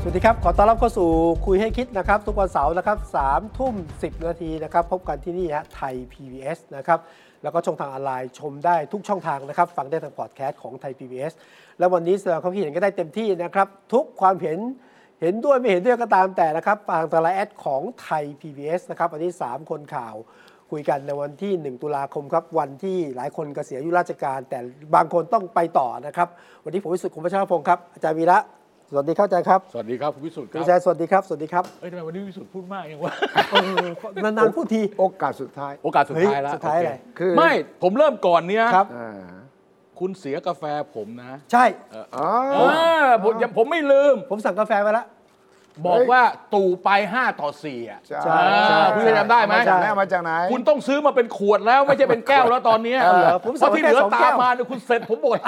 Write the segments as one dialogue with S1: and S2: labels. S1: สวัสดีครับ ขอต้อนรับเข้าสู่คุยให้คิดนะครับ ทุกวันเสาร์นะครับสามทุ่มสินาทีนะครับ พบกันที่นี่ฮะไทย PBS นะครับ แล้วก็ช่องทางออนไลน์ชมได้ทุกช่องทางนะครับ ฟังได้ทางพอดแคสต์ของไทย PBS และวันนี้แสดงความคิดเห็นก็ได้เต็มที่นะครับ ทุกความเห็นเห็นด้วยไม่เห็นด้วยก็ตามแต่นะครับทางตลาแอดของไทย PBS นะครับวันนี้ 3 คนข่าว คุยกันในวันที่ 1 ตุลาคมครับ วันที่หลายคนเกษียณอายุราชการ แต่บางคนต้องไปต่อนะครับ วันนี้ผมวิสุทธิ์คุณพชรพงศ์ครับอาจารย์วีระสวัสดีครับอาจารย์ครับ
S2: สวัสดีครับคุณวิสุทธิ์ค
S1: คุ
S2: รั
S1: ณ
S2: บ
S1: แซนสวัสดีครับ สวัสดีครับ
S2: เอ้ยทำไมวันนี้วิสุทธิ์พูดมากยังวะ
S1: เออนานๆพูดที
S3: โอกาสสุดท้าย
S2: โอกาสสุดท้ายแล้ว
S1: เฮ้ยสุดท้าย
S2: โเค
S1: อะไร
S3: คือ
S2: ไม่ผมเริ่มก่อนเนี่ย
S1: ครับ
S3: อ่า
S2: คุณเสียกาแฟผมนะ
S1: ใช่
S3: อ๋อ
S2: เออผมอย่าผมไม่ลืม
S1: ผมสั่งกาแฟไปแล้ว
S2: บอก
S3: เฮ้ย
S2: ว่าตู่ไป 5 ต่อ4อ่ะ
S3: ใช่
S1: ใช่
S2: ใช่คุณจะจำได้ไหม
S3: าจากนเอามาจากไหน
S2: คุณต้องซื้อมาเป็นขวดแล้วไม่ใช่เป็นแก้ วแล้วตอนเนี้ย
S1: เอาเหรอผม
S2: เพราะที่เหลือ
S1: สั่งแค่สอง
S2: ตา
S1: แก้
S2: ม
S1: ว
S2: มาเนี่ยคุณเสร็จผม หมด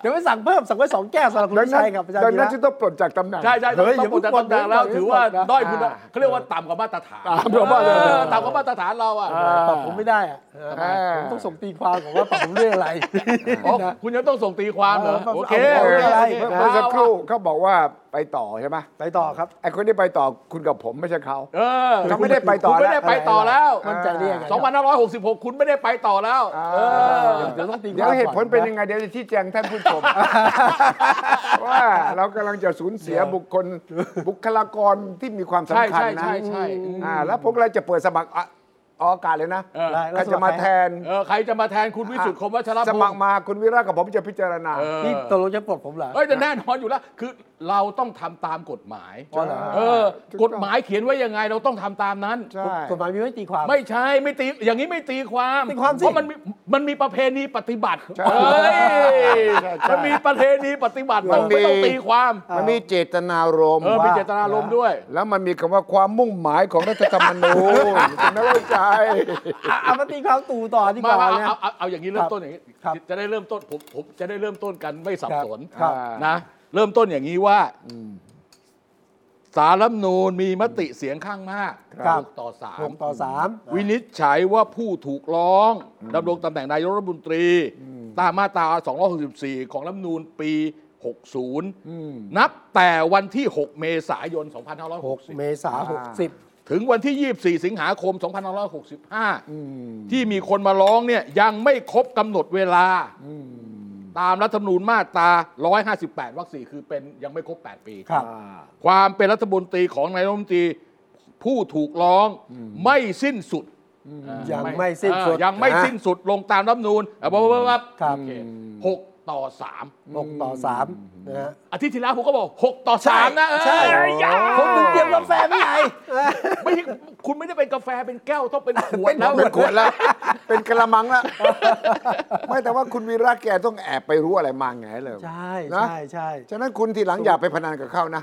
S1: เดี๋ยวไปสั่งเพิ่ม สั่งไว้สองแก้วสำหรับคุณ
S3: ดัง
S1: วิ
S3: นั้
S1: ชั
S3: น
S1: ยครับอาจารย์
S3: ดัง
S1: วี
S3: นั้น
S1: ระ
S3: จะต้องปลดจากตำแหน่ง
S2: ใช่ใช่
S1: เฮ้ย
S2: ต้องปลด
S1: อย่า
S2: จา
S1: เพิ่
S2: ก
S1: ง
S2: ตำแหน่งแล้ว
S1: ปลดนะ
S2: ถือว่า
S1: อย่าเพิ่งปลดนะ
S2: ด้อยคุณ
S3: อ่า
S2: เขาเรียกว่าต่ำกว่ามาตรฐาน
S3: ต่ำกว่ามาตร
S2: เอ
S3: ฐาน
S2: อต่ำกว่ามาตรฐานเราอ่ะ
S3: อ่า
S1: ปรับผมไม่ได้อะ
S3: อ่า
S1: ผมต้องส่งตีความของว่าปรับ ผมเรื่องอะไร
S2: อ๋อคุณยังต้องส่งตีความเหรอ
S1: เออ
S2: โอเค
S1: เอา
S2: โอ
S1: เรื่องอะไร
S2: เคโอเค
S3: เมื่อเมื่อสักครู่เขาบอกว่าไปต่อใช่ไหม
S1: ไปต่อครับ
S3: ไอ้คนที่ไปต่อคุณกับผมไม่ใช่เขา
S2: เออ
S3: เขาไม่ได้ไปต่อ
S2: คุณ
S3: แล้
S2: ไม่
S3: ว
S2: ได้ไปต่อแล้ว
S1: มั่นใจได้ยังไง
S2: 2566 คุณไม่ได้ไปต่อแล้ว
S3: อ่า
S2: เออ
S1: เดี๋ยวต้องตีความ
S3: เดี๋ยวเหตุผลเป็นยัง
S1: ก่อ
S3: ไงเดี๋ยวจะชี้แจงท่านผู้ชม ว่าเรากำลังจะสูญเสียบุคคลบุคลากรที่มีความ
S2: ใช่
S3: สำคัญ
S2: ใช่
S3: นะ
S2: ใช่ใช่อืม
S3: อ่าแล้วพวกเราจะเปิดสมัครอ่ะออกอากาศเลยนะ
S2: เออ
S1: ได้แล้
S3: ก็
S1: ว
S3: จะมา
S1: สคร
S3: แทน
S2: เออใครจะมาแทนคุณวิสุทธิ์คมวัชรพ
S3: ส
S2: ง
S3: มัคร
S2: ศ์
S3: มาคุณวิระกับผมจะพิจารณา
S2: เออ
S1: นี่ตกลงจะปลดผมเหรอ
S2: เอ้ยแต่แน่นอนอยู่แล้ว คือเราต้องทำตามกฎหมาย
S1: อ๋อเหรอ
S2: เออ
S3: ถูก
S2: ก
S3: ต้อง
S2: ฎหมายเขียนไว้ยังไงเราต้องทำตามนั้น
S3: ใช่
S1: กฎหมายมีไว้ตีความ
S2: ไม่ใช่ไม่ตีอย่างนี้ไม่ตีความ
S1: ตีความสิ
S2: เพราะมันมีมันมีประเพณีปฏิบัติ
S3: ใช่
S2: เอ้ย
S3: ใช่ใช่
S2: มันมีประเพณีปฏิบัติ
S3: มั
S2: มัน
S3: นมี
S2: ไม่ต้องตีความ
S3: มันมีเจตนารมณ์
S2: เออมีเจตนารมณ์ด้วย
S3: แล้วมันมีคำว่าความมุ่งหมายของรัฐธรรมนูญคุณไม่เข้าใจ
S1: อ่ะเอามาตีความตู่ต่อดีก
S2: ไมา
S1: ว่า
S2: เอา
S1: เนี่ย
S2: เอาเอาเอาอย่างนี้เริ่มต้นอย่างนี้
S1: ครับ
S2: จะได้เริ่มต้นผมผมจะได้เริ่มต้นกันไม่สับสน
S1: ครับ
S2: นะ เริ่มต้นอย่างนี้ว่าสารรัฐธรรมนูญมีมติเสียงข้างมาก
S1: ครับ
S2: หกต่อสา
S1: ห
S2: ม
S1: กต่อสาม
S2: วินิจฉัยว่าผู้ถูกร้องดำรงตำแหน่งนายกรัฐมนตรี ตามมาตรา 264 ของรัฐธรรมนูญปี 60 นับแต่วันที่ 6 เมษายน
S1: หก
S2: 2560
S1: เมษา
S3: อ่า
S1: หกสิบ
S2: ถึงวันที่ 24 สิงหาคม 2565 ที่มีคนมาร้องเนี่ยยังไม่ครบกำหนดเวลา ตามรัฐธรรมนูญมาตรา 158 วรรคสี่คือเป็นยังไม่ครบ 8 ปี
S1: ครับ
S2: ความเป็นรัฐมนตรีของนายกรัฐมนตรีผู้ถูกร้องไม่สิ้นสุด
S1: ยังไม่สิ้นสุด
S2: เออยังไม่
S1: นะ
S2: สิ้นสุดลงตามรัฐธรรมนูญอ่ะบ๊อบบ๊อบบ๊อบ
S1: ครับ
S2: โอเหกต่อสาม
S1: หกต่อสามนะฮะ
S2: อาทิตย์ที่แล้วผมก็บอกหกต่อสามนะเออ
S1: ใช่
S2: อย่า
S1: ผมถึงเตรียมกาแฟไม่ไง
S2: ไม่ใช่คุณไม่ได้เป็นกาแฟเป็นแก้วต้องเป็นขวด
S3: เป็น
S2: แล้ว
S3: เป็นขวดแล้ว เป็นกระมังแล้วไม่แต่ว่าคุณวีระแกต้องแอบไปรู้อะไรมาไงเลย
S1: ใช่
S3: นะ
S1: ใช่ใช่
S3: ฉะนั้นคุณทีหลังอย่าไปพนันกับเขานะ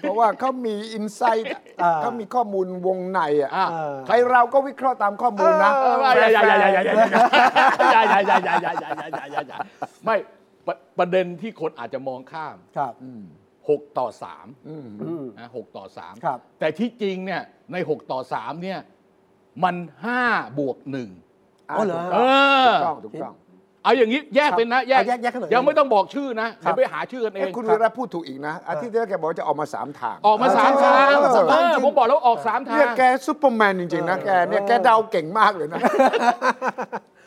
S3: เพราะว่าเขามีอินไซต์
S1: อ่า
S3: เขามีข้อมูลวงในอ่ะ
S2: อ่ะ
S1: เออ
S3: ใครเราก็วิเคราะห์ตามข้อมูลนะ
S2: เอออย่าอย่าอย่าอย่าอย่าอย่าอย่าอย่าอย่าอย่าอย่าอย่าอย่าอย่าอย่าอย่าอย่าอย่าอย่าไม่ประประเด็นที่คนอาจจะมองข้าม
S1: ครับ
S2: 6 ต่อ3
S1: อืม
S2: นะ6ต่อ
S1: ครับ
S2: 3 แต่ที่จริงเนี่ยใน 6 ต่อ 3 เนี่ย มัน 5 บวก 1
S1: อ๋อเหรอ
S2: เอ
S3: ถู
S2: อก
S3: ต้องถูกต้อง
S2: เอาอย่างนี้แยกเป็นนะ แยก
S1: เอาแยกแยกกันหน่อย
S2: ยังไม่ต้องบอกชื่อนะ
S1: ครั
S2: เดี๋ย
S1: บ
S2: วไปหาชื่อกันเอ
S3: เอ้
S2: ง
S3: คุณวีระพูดถูกอีกนะ อาทิตย์ที่แล้วแกบอกว่าจะออกมาสามทาง
S2: ออกมาสาม
S1: เออ
S2: ทาง
S1: เออสาม
S2: เอ
S1: ทาง
S2: อ
S1: จริง
S2: ผมบอกแล้วออกสามทา
S3: เนี่ย
S2: ง
S3: แกซูเปอร์แมนจริง ๆ นะแกเนี่ยแกเดาเก่งมากเลยนะ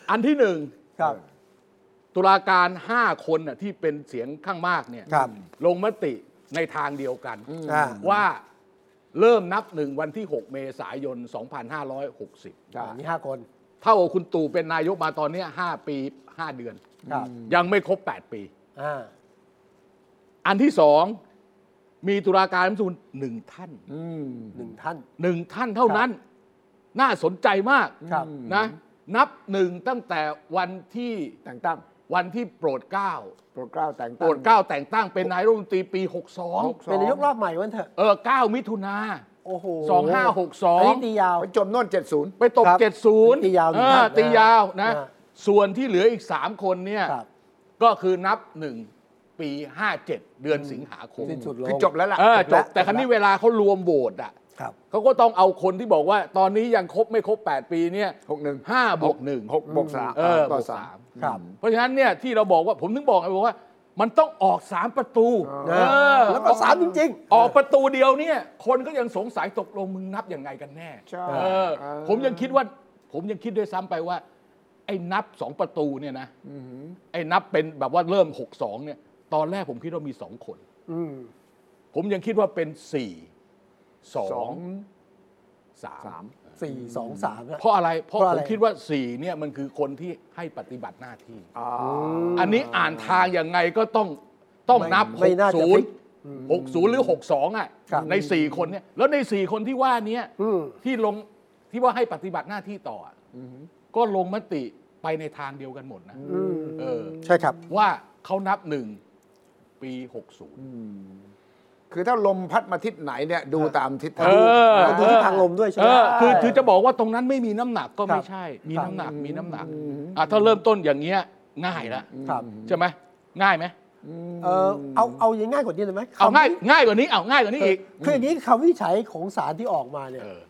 S2: อันที่หนึ่ง
S1: ครับ
S2: ตุลาการ 5 คนน่ะที่เป็นเสียงข้างมากเนี่ย
S1: ครับ
S2: ลงมติในทางเดียวกัน
S1: อ่า
S2: ว่าเริ่มนับหนึ่งวันที่ 6 เมษายน 2560
S1: อ่านี่ห้าคน
S2: เท่ากับคุณตู่เป็นนายกมาตอนเนี้ย5ปี 5 เดือน
S1: ครับ
S2: ยังไม่ครบ 8 ปี
S1: อ่า
S2: อันที่สอง มีตุลาการรัฐธรรมนูญหนึ่งท่าน
S1: หนึ่งท่าน
S2: หนึ่งท่านเท่านั้น น่าสนใจมาก
S1: ครับ
S2: นะนับหนึ่งตั้งแต่วันที่
S3: แต่งตั้ง
S2: วันที่โปรดเกล้า
S3: โปรดเกล้าแต่งตั้ง
S2: โปรดเกล้าแต่งตั้งเป็นนายรัฐมนตรีปี 62
S1: เป็นนายกรอบใหม่วันเถอะ
S2: เออ 9 มิถุนา
S1: โอ้โห
S2: 2562
S1: อันนี้ตียาว
S3: ไปจมโน่น 70
S2: ไปตก
S1: ครับ
S2: 70
S1: ตียาวหนึ่ง
S2: เอ
S1: ท่า
S2: อ
S1: นนะ
S2: ตียาวนะ
S1: นะ
S2: ส่วนที่เหลืออีก 3 คนเนี่ย
S1: ครับ
S2: ก็คือนับ 1 ปี 57 เดือนสิงหาคม
S1: สิ้นสุดลง
S3: คือจบแล้วล่ะ
S2: เออจบแต่ครั้
S1: ว
S2: นี้เวลาเขารวมโหวตอ่ะ
S1: ครับ
S2: เขาก็ต้องเอาคนที่บอกว่าตอนนี้ยังครบไม่ครบ 8 ปีเนี่ย
S3: 61
S2: 5บวก1
S3: 6บวก3
S2: เออ
S3: ต่อ
S2: ว
S3: บ
S2: ก
S3: สา
S2: สาม ม
S1: ครับ
S2: เพราะฉะนั้นเนี่ยที่เราบอกว่าผมถึงบอกไงบอกว่า มันต้องออกสามประตู
S3: เอ
S1: นะ
S2: เออ
S1: แล้วก็สามจริง
S2: ออกประตูเดียวเนี่ย คนก็ยังสงสัยตกลงมึงนับยังไงกันแน่
S3: ใช่
S2: เออ
S3: เออ
S2: ผมยังคิดว่า ผมยังคิดด้วยซ้ำไปว่า ไอ้นับสองประตูเนี่ยนะไอ้นับเป็นแบบว่าเริ่มหกสองเนี่ย ตอนแรกผมคิดว่ามีสองคน
S1: ๆอืม
S2: ผมยังคิดว่าเป็นสี่สองสาม
S1: สี่สองสามนะ
S2: เพราะอะไรเพราะ
S1: เพราะ
S2: ผ
S1: อะไร
S2: มคิดว่าสี่เนี่ยมันคือคนที่ให้ปฏิบัติหน้าที่
S3: อ่า
S2: อันนี้อ่านทางยังไงก็ต้องต้องนับ
S1: ไม่น่าจะพลิก
S2: 60 60 หรือ 62 อ่ะ
S1: ครับ
S2: ใน 4 คนเนี่ยแล้วใน 4 คนที่ว่าเนี้ย
S1: อืม
S2: ที่ลงที่ว่าให้ปฏิบัติหน้าที่ต่ออ่ะก็ลงมติไปในทางเดียวกันหมดนะ
S1: อืม
S2: เออ
S1: ใช่ครับ
S2: ว่าเขานับหนึ่งปี 60
S3: คือถ้าลมพัดมาทิศไหนเนี่ยดูตามทิศทาง
S2: เออ
S1: ดูทิศทางลมด้วยใช่ไห
S2: เอ
S1: ม
S2: อคือคือจะบอกว่าตรงนั้นไม่มีน้ำหนักก็
S1: ค
S2: ไม่
S1: รับ
S2: ใช่ มี
S1: ครับ
S2: น้ำหนักมีน้ำหนักอ่ะถ้าเริ่มต้นอย่างเงี้ยง่ายละ
S1: ครับ
S2: ใช่ไหมง่ายไหม
S1: เออเอาเอาอย่างง่ายกว่านี้เลยไหม
S2: เอา
S1: คำ
S2: ง่ายง่ายกว่านี้เอาง่ายกว่านี้อีก
S1: คืออย่างนี้คำวินิจฉัยของสารที่ออกมาเนี่ย
S2: เออ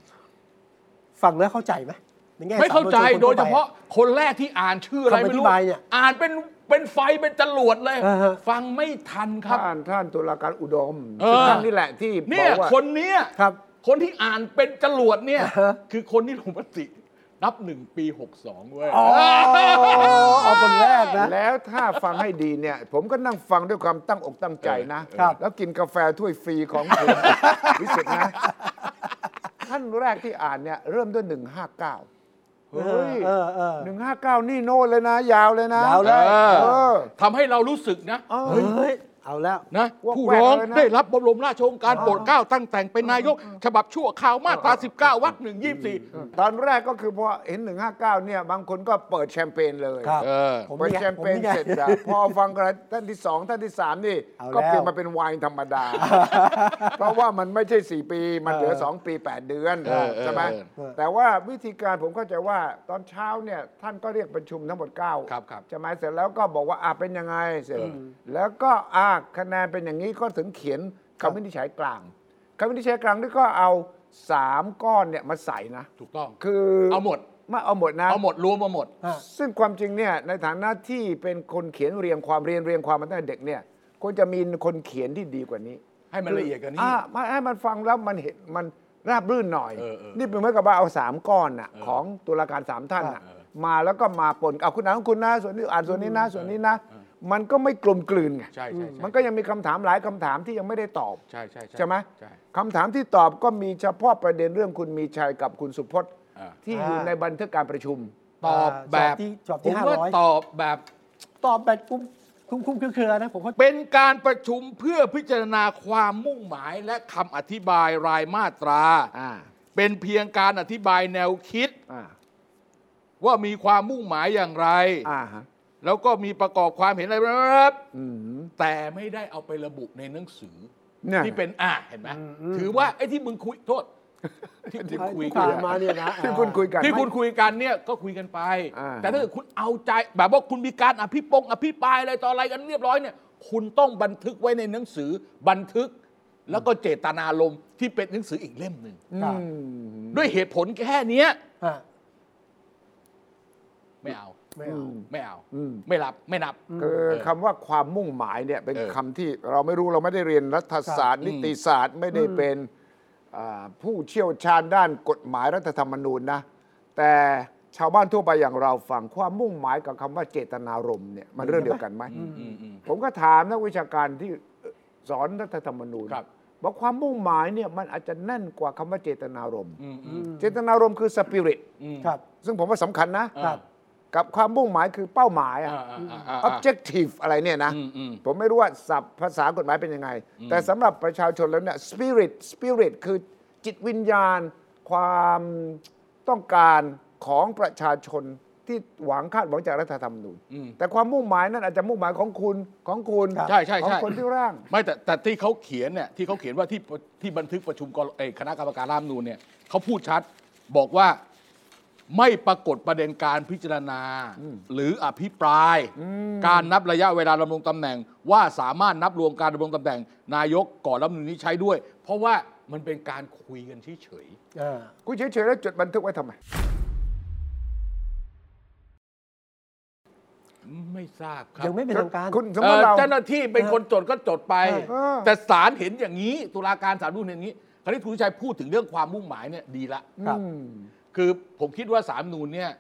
S1: ฟังแล้วเข้าใจไหมในแง่
S2: ไม่เข้าใจ
S1: สมญน
S2: โดยเฉ
S1: ทั่วไป
S2: พาะคนแรกที่อ่านชื่ออะไรไม่
S1: คำอธิ
S2: รู้
S1: บายเนี่ย
S2: อ่านเป็นเป็นไฟเป็นจรวดเลย
S1: อ่าฮะ
S2: ฟังไม่ทันครับ
S3: ท่านท่านตุลาการอุดม
S2: เออ
S3: ท่านนี่แหละที่บ
S2: เนี่
S3: อย กว่า
S2: คนเนี้ย
S1: ครับ
S2: คนที่อ่านเป็นจรวดเนี่ย
S1: อ่าฮะ
S2: คือคนที่ลงมตินับหนึ่งปี 62เว้ย
S1: อ๋อเอาคนแรกนะ
S3: แล้วถ้าฟังให้ดีเนี่ย ผมก็นั่งฟังด้วยความตั้งอกตั้งใจนะ
S1: ครับ
S3: แล้วกินกาแฟถ้วยฟรีของคุณ วิสิทธ์นะ ท่านแรกที่อ่านเนี่ยเริ่มด้วย 159 เฮ้ย
S1: เออเออเออ
S3: หนึ่งห้าเก้านี่โน่นเลยนะ ยาวเลยนะ
S1: ยาวเลย
S2: เออ
S3: เออ
S2: ทำให้เรารู้สึกนะ
S3: เออ
S1: เฮ้ยเอาแล้ว
S2: นะ
S3: ว่า
S2: ผู้
S3: แหวก
S2: ร้อง
S3: เลยนะ
S2: ได้รับบรมราชโองการโปรดเกล้าตั้งแต่งเป็นนายก ฉบับชั่วคราวมาตรา19วรรคหนึ่งยี่สิบสี่
S3: ตอนแรกก็คือพอเห็น 159 เนี่ย บางคนก็เปิดแชมเปญเลย
S1: ครับ
S2: เออ
S1: ผม
S3: เปิด
S1: นี่ไง
S3: แชมเปญ
S1: ผมนี่ไง
S3: เสร็จอะพอฟังกันท่านที่สองท่านที่สามนี่
S1: เอา
S3: ก็
S1: แล้ว
S3: เปลี่ยนมาเป็นไวน์ธรรมดา เพราะว่ามันไม่ใช่ 4 ปี มันเหลือ
S1: เออ
S3: 2 ปี 8 เดือน
S2: เออ
S3: ใช่ไหม
S2: เออ
S1: เออ
S3: แต่ว่าวิธีการผมเข้าใจว่าตอนเช้าเนี่ย ท่านก็เรียกประชุมทั้งหมด9
S2: ครับครับ
S3: ใช่ไหมเสร็จแล้วก็บอกว่าอ่าเป็นยังไงเสร็จแล้วก็อ่าคะแนนเป็นอย่างนี้ก็ถึงเขียนคำวินิจฉัยกลางคำวินิจฉัยกลางนี่ก็เอาสามก้อนเนี่ยมาใส่นะ
S2: ถูกต้อง
S3: คือ
S2: เอาหมด
S3: ไม่เอาหมดนะ
S2: เอาหมดรวมมาหมด
S1: อ่ะ
S3: ซึ่งความจริงเนี่ยในฐานะที่เป็นคนเขียนเรียงความเรียนเรียงความมาตั้งแต่เด็กเนี่ยควรจะมีคนเขียนที่ดีกว่านี้
S2: ให้มันละเอียดกว่านี้
S3: อ่ะมาให้มันฟังแล้วมันเห็นมันราบรื่นหน่อย
S2: เออเออ
S3: นี่เป็นเหมือนกับว่าเอาสามก้อนน่ะของตุลาการสามท่านน่ะมาแล้วก็มาปนเอาคุณอ่านของคุณนะส่วนนี้อ่านส่วนนี้นะส่วนนี้นะ มันก็ไม่กลมกลืนไง
S2: ใช่ใช่ใช่
S3: มันก็ยังมีคำถามหลายคำถามที่ยังไม่ได้ตอบ
S2: ใช่ใช่
S3: ใช่ไหมคำถามที่ตอบก็มีเฉพาะประเด็นเรื่องคุณมีชัยกับคุณสุพจน์
S2: อ่า
S3: ที่อยู่
S1: อ่า
S3: ในบันทึกการประชุม
S2: ตอบแบบ
S1: อ่าจอบที่จอบที่
S2: ผมว่า
S1: 500
S2: ตอบแบบ
S1: ตอบแบบคุ้มคุ้มคุ้มเครือๆนะผมเขา
S2: เป็นการประชุมเพื่อพิจารณาความมุ่งหมายและคำอธิบายรายมาตรา
S3: อ่า
S2: เป็นเพียงการอธิบายแนวคิด
S3: อ่า
S2: ว่ามีความมุ่งหมายอย่างไร
S3: อ่าฮะ
S2: แล้วก็มีประกอบความเห็นอะไรแบบ
S3: อืม
S2: แต่ไม่ได้เอาไประบุในหนังสือ
S3: เนี่ย
S2: ที่เป็นอ่าเห็นไหมถือว่าไอ้ที่มึงคุยโทษ ที่ที่คุย
S1: ที่
S2: กั
S1: ผ่าน นมาเนี่ยนะ
S3: ที่คุณคุยกัน
S2: ที่คุณคุยกันเนี่ยก็คุยกันไป
S3: อ่า
S2: แต่ถ้าเกิดคุณเอาใจแบบว่าคุณมีการอภิปรงอภิปรายอะไรต่ออะไรกันเรียบร้อยเนี่ย คุณต้องบันทึกไว้ในหนังสือบันทึก แล้วก็เจตนารมณ์ที่เป็นหนังสืออีกเล่มหนึ่ง
S1: ครับ
S3: อืม
S2: ด้วยเหตุผลแค่เนี้ย
S1: อ่ะ
S2: ไม่เอา
S1: ไม่เอา
S2: ไม่เอา
S3: อืม
S2: ไม่รับไม่นับ
S3: คือคำว่าความมุ่งหมายเนี่ยเป็น
S2: เออ
S3: คำที่เราไม่รู้เราไม่ได้เรียนรัฐศาสตร์ นิติศาสตร์ไม่ได้เป็นอ่าผู้เชี่ยวชาญด้านกฎหมายรัฐธรรมนูญนะ แต่ชาวบ้านทั่วไปอย่างเราฟังความมุ่งหมายกับคำว่าเจตนารมณ์เนี่ยมันเรื่องเดียวกันไหม
S2: อืมอืม
S3: ผมก็ถามนักวิชาการที่สอนรัฐธรรมนูญ
S2: ครับ
S3: บอกความมุ่งหมายเนี่ยมันอาจจะแน่นกว่าคำว่าเจตนารมณ์
S2: อืมอืม
S3: เจตนารมณ์คือสปิริต
S2: อืม
S1: ครับ
S3: ซึ่งผมว่าสำคัญนะ
S1: ครับ
S3: กับความมุ่งหมายคือเป้าหมายอะ
S2: อ่าอ่าอ่าอ่า
S3: objective อะไรเนี่ยนะ
S2: อืมอืม
S3: ผมไม่รู้ว่าศัพท์ภาษากฎหมายเป็นยังไง แต่สำหรับประชาชนแล้วเนี่ย spirit spirit คือจิตวิญญาณ ความต้องการของประชาชน ที่หวังคาดหวังจากรัฐธรรมนูญ
S2: อืม
S3: แต่ความมุ่งหมายนั้นอาจจะมุ่งหมายของคุณของคุณ
S2: ใช่ใช่
S3: ของ
S2: ใช่
S3: คนที่ร่าง
S2: ไม่แต่แต่ที่เขาเขียนเนี่ยที่เขาเขียนว่าที่ที่บันทึกประชุมกเอ่อคณะกรรมการร่างรัฐธรรมนูนเนี่ยเขาพูดชัดบอกว่าไม่ปรากฏประเด็นการพิจารณา หรืออภิปราย การนับระยะเวลาดำรงตำแหน่ง ว่าสามารถนับรวมการดำรงตำแหน่ง นายกก่อนรัฐธรรมนูญนี้ใช้ด้วย เพราะว่ามันเป็นการคุยกันเฉยๆ
S1: อ่า
S3: กูเฉยๆแล้วจดบันทึกไว้ทำไม
S2: ไม่ทราบครับ
S1: ยังไม่เป็นทางการ
S3: คุณสม
S2: เอ่
S3: ม
S2: อ
S3: ติเรา
S2: เจ้าหน้าที่เป็นคนจดก็จดไป
S3: เออ
S2: แต่ศาลเห็นอย่างนี้ ตุลาการศาลรู้เห็นอย่างนี้ คราวนี้คุณวิชัยพูดถึงเรื่องความมุ่งหมายเนี่ยดีละ
S1: ครับ
S3: อืม
S2: คือผมคิดว่าสามนูนเนี่ย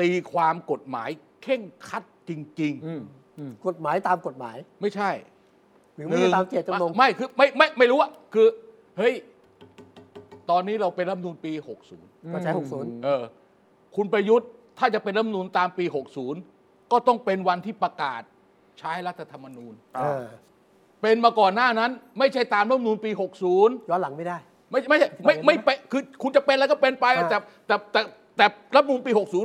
S2: ตีความกฎหมายเข่งครัดจริง
S3: อืมอืม
S1: กฎหมายตามกฎหมาย
S2: ๆ ไม่ใช่
S1: หรือไม่ได้ตามเจตจำนง
S2: ไม่คือไม่ไม่ไม่รู้อะคือ เฮ้ย ตอนนี้เราเป็นรัฐธรรมนูนปี 60
S1: ก็ใช้ 60
S2: เออ คุณประยุทธ์ถ้าจะเป็นรัฐธรรมนูนตามปี 60 ก็ต้องเป็นวันที่ประกาศใช้รัฐธรรมนูญ
S1: เออ
S2: เป็นมาก่อนหน้านั้น ไม่ใช่ตามรัฐธรรมนูญปี 60
S1: ย้อนหลังไม่ได้
S2: ไม่ไม่ใช่ไม่ไม่ไปคือคุณจะเป็นอะไรก็เป็นไป
S1: อ่า
S2: แต่แต่แต่แต่รัฐธรรมนูลปี 60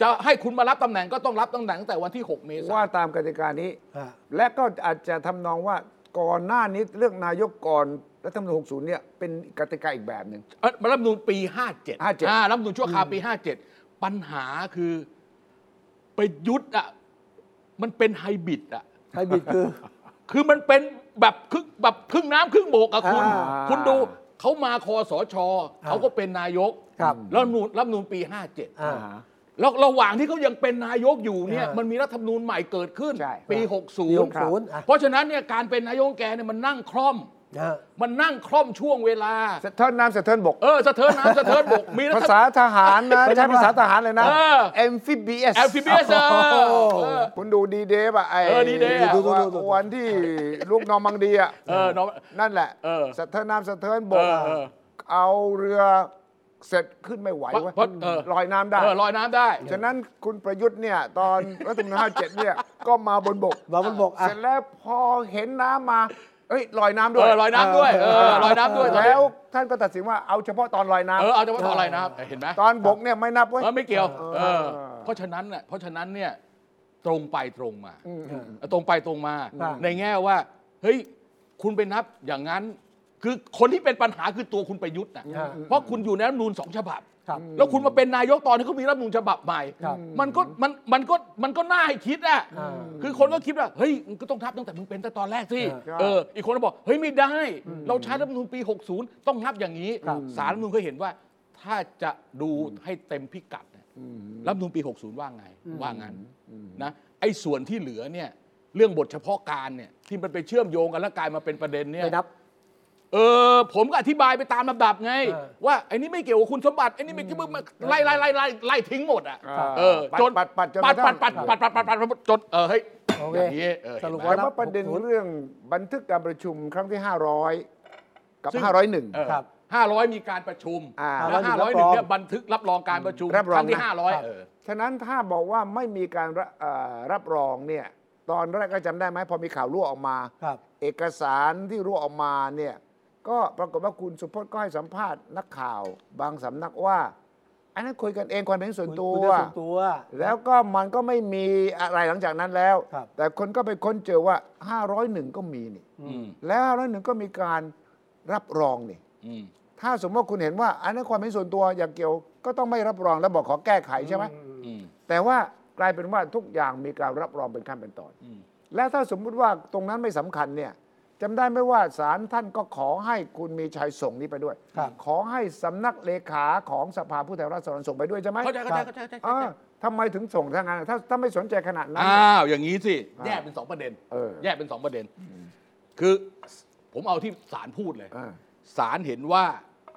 S2: จะให้คุณมารับตำแหน่งก็ต้องรับตำแหน่งตั้งแต่วันที่ 6 เมษา
S3: ว่าย
S2: น
S3: ตามกติกานี้
S1: อ่า
S3: และก็อาจจะทำนองว่าก่อนหน้านี้เรื่องนายกก่อนรัฐธรรมนูญ60 เนี่ย เป็นกติกาอีกแบบหนึ่ง
S2: เอ้ยรัฐธรรมนูลปี 57
S3: 57
S2: อ่ารัฐธรรมนูลชั่วคราวปี 57 ปัญหาคือประยุทธ์อ่ะมันเป็นไฮบริดอ่ะ
S1: ไฮบริดคือ
S2: คือมันเป็นแบบครึ่งแบบครึ่งน้ำครึ่งโบกอะคุณ
S1: อ่
S3: า
S2: คุณดูเขามาคอสชเขาก็เป็นนายก
S1: ครับ
S2: รัฐธรรมนูลรัฐธรรมนูลปี 57
S1: อ่า
S2: แล้วระหว่างที่เขายังเป็นนายกอยู่เนี่ย
S1: อ่ามั
S2: มันมีรัฐธรรมนูญใหม่เกิดขึ้น
S3: ใช่
S2: ปี
S1: ปีค
S2: 60
S1: รับ60อ่ะ
S2: เพราะฉะนั้นเนี่ยการเป็นนายกของแกเนี่ยมันนั่งคล่อม
S1: นะฮะ
S2: มันนั่งคล่อมช่วงเวลา
S3: สะเทินน้ำสะเทินบก
S2: เออสะเทินน้ำสะเทินบกมีรั
S3: ภา
S2: ฐธรรม
S3: ษาทหารนะ
S1: ไม่ใช่
S3: ใช้ภาษาทหารเลยนะ
S2: เออ
S3: amphibious
S2: แอลฟิเบียสเอ
S1: โอ้
S2: อ
S1: โห
S2: เออ
S3: คุณดูดีเดฟอะไอ้
S2: เออ D-Day อะ
S1: ดูดูดูดู
S3: วันที่ลูกนอร์มังดีอะ
S2: เออเนาะ
S3: นั่นแหละ
S2: เออ
S3: สะเทินน้ำสะเทินบ
S2: เอก อเออ
S3: เอาเรือเสร็จขึ้นไม่ไหว
S2: เพราะ
S3: เว้ย
S2: เพราะเออ
S3: ลอยน้ำได้
S2: เออลอยน้ำได้
S3: ฉะนั้นคุณประยุทธ์เนี่ย ต อนรัฐธรรมนูญ57 เนี่ย ก็มาบนบก
S1: มาบนบกอ่ะ
S3: เสร็จแล้วพอเห็นน้ำมา เอ้ยลอยน้ำด้
S2: เอ
S3: วย
S2: อลอยน้ำด้วยเออลอยน้ำด้วยตอนนี้
S3: แล้วท่านก็ตัดสินว่าเอาเฉพาะตอนลอยน้ำ
S2: เออเอาเฉพาะตอนลอยน้ำเห็นไหม
S3: ตอนบกเนี่ยไม่นับเว้ย
S2: เออไม่เกี่ยว
S3: เอ
S2: เอ
S3: อ
S2: อเพราะฉะนั้นน่ะเพราะฉะนั้นเนี่ยตรงไปตรงมาตรงไปตรงมา
S1: ครับ
S2: ในแง่ว่า เฮ้ย คุณไปนับอย่างนั้น คือคนที่เป็นปัญหาคือตัวคุณประยุทธ์นะ
S1: ครับ
S2: เพราะคุณอยู่ในรัฐธรรมนูลสองฉบับ
S1: ครับ
S2: แล้วคุณมาเป็นนายกตอนที่เขามีรัฐธรรมนูลฉบับใหม่
S1: ครับ
S2: มันก็มันมันก็มันก็น่าให้คิดอะ
S1: อ่า
S2: คือคนก็คิดว่าเฮ้ยมันก็ต้องทับตั้งแต่มึงเป็นแต่ตอนแรกสิ
S1: ครับ
S2: เออ อีกคนก็บอกเฮ้ยไม่ได้ เราใช้รัฐธรรมนูญปี 60 ต้องนับอย่างนี้สารรัฐธรรมนูญก็เห็นว่า ถ้าจะดูให้เต็มพิกัดเนี่ย รัฐธรรมนูลปี 60 ว่าไง ว่างั้นนะไอ้ส่วนที่เหลือเนี่ยเรื่องบทเฉพาะการเนี่ยที่มันไปเชื่อมโยงกันแล้วกลายมาเป็นประเด็นเนี่ย
S1: ไม่นับ
S2: เออผมก็อธิบายไปตามลำดับไง
S1: เออ
S2: ว่าไอ้นี่ไม่เกี่ยวกับคุณสมบัติไอ้นี่ไม่เกี่ยวกับไล่ไล่ไล่ไล่ไล่ทิ้งหมดอ่ะ
S3: ครับ
S2: เออ
S3: ปัดปัดปัดจน
S2: ปัด
S3: กระทั่
S2: ปัด
S3: ง
S2: ปัดปัดปัดปัดปัดปัดจนเออเฮ้ย
S1: โอเค
S2: อย่างนี้เออ
S1: สรุป
S2: เห็น
S3: แต่
S2: ไหม
S3: ว่าประเด็นเรื่องบันทึกการประชุมครั้งที่ 500 กับ
S2: ซึ่ง เออ
S1: ครับ
S2: ห้าร้อยมีการประชุม
S3: อ่า
S2: แล้ว
S1: ห้า
S2: ห้า
S1: ร้
S2: ร้
S1: อ
S2: อย ย
S1: ถึ
S2: ห
S1: งรับรอง
S2: นึ่งเนี่ยบันทึกรับรองการประชุม
S3: รับรอง
S2: ครั้งที่
S3: นะ
S2: ห้าร้อยเออ
S3: 500 ฉะนั้นถ้าบอกว่าไม่มีการระเอ่อรับรองเนี่ย ตอนแรกก็จำได้ไหมพอมีข่าวรั่วออกมา
S1: ครับ
S3: เอกสารที่รั่วออกมาเนี่ยก็ปรากฏว่าคุณสุพจน์ก็ให้สัมภาษณ์นักข่าว บางสำนักว่า อันนั้นคุยกันเองความเห็นส่วนตั
S1: คุ
S3: ว
S1: ณได้ส่วนตัว
S3: แล้วก็มันก็ไม่มีอะไรหลังจากนั้นแล้ว
S1: ครับ
S3: แต่คนก็ไปค้นเจอว่า 501 ก็มีนี่
S2: อืม
S3: แล้ว 501 ก็มีการรับรองนี่
S2: อืม
S3: ถ้าสมมติว่าคุณเห็นว่า อันนั้นความเห็นส่วนตัวอย่างเกี่ยวก็ต้องไม่รับรองแล้วบอกขอแก้ไขใช่ไหม
S2: อืม
S3: แต่ว่ากลายเป็นว่าทุกอย่างมีการรับรองเป็นขั้นเป็นตอน
S2: อืม
S3: และถ้าสมมุติว่าตรงนั้นไม่สำคัญเนี่ยจำได้ไหมว่าศาลท่านก็ขอให้คุณมีชัยส่งนี้ไปด้วย
S1: ครับ
S3: ขอให้สำนักเลขาของสภาผู้แทนราษฎรส่งไปด้วยใช่ไหม
S2: เข้าใจเข้าใจเข้าใจเข้าใจ
S3: เอ
S2: เข้าใจ
S3: อทำไมถึงส่งทางงานถ้าถ้าไม่สนใจขนาดนั้น
S2: อ้าวอย่างนี้สิ
S3: อ่า
S2: แยกเป็นสองประเด็น
S3: เออ
S2: แยกเป็นสองประเด็น คือผมเอาที่ศาลพูดเลย
S3: อ่า
S2: ศาลเห็นว่า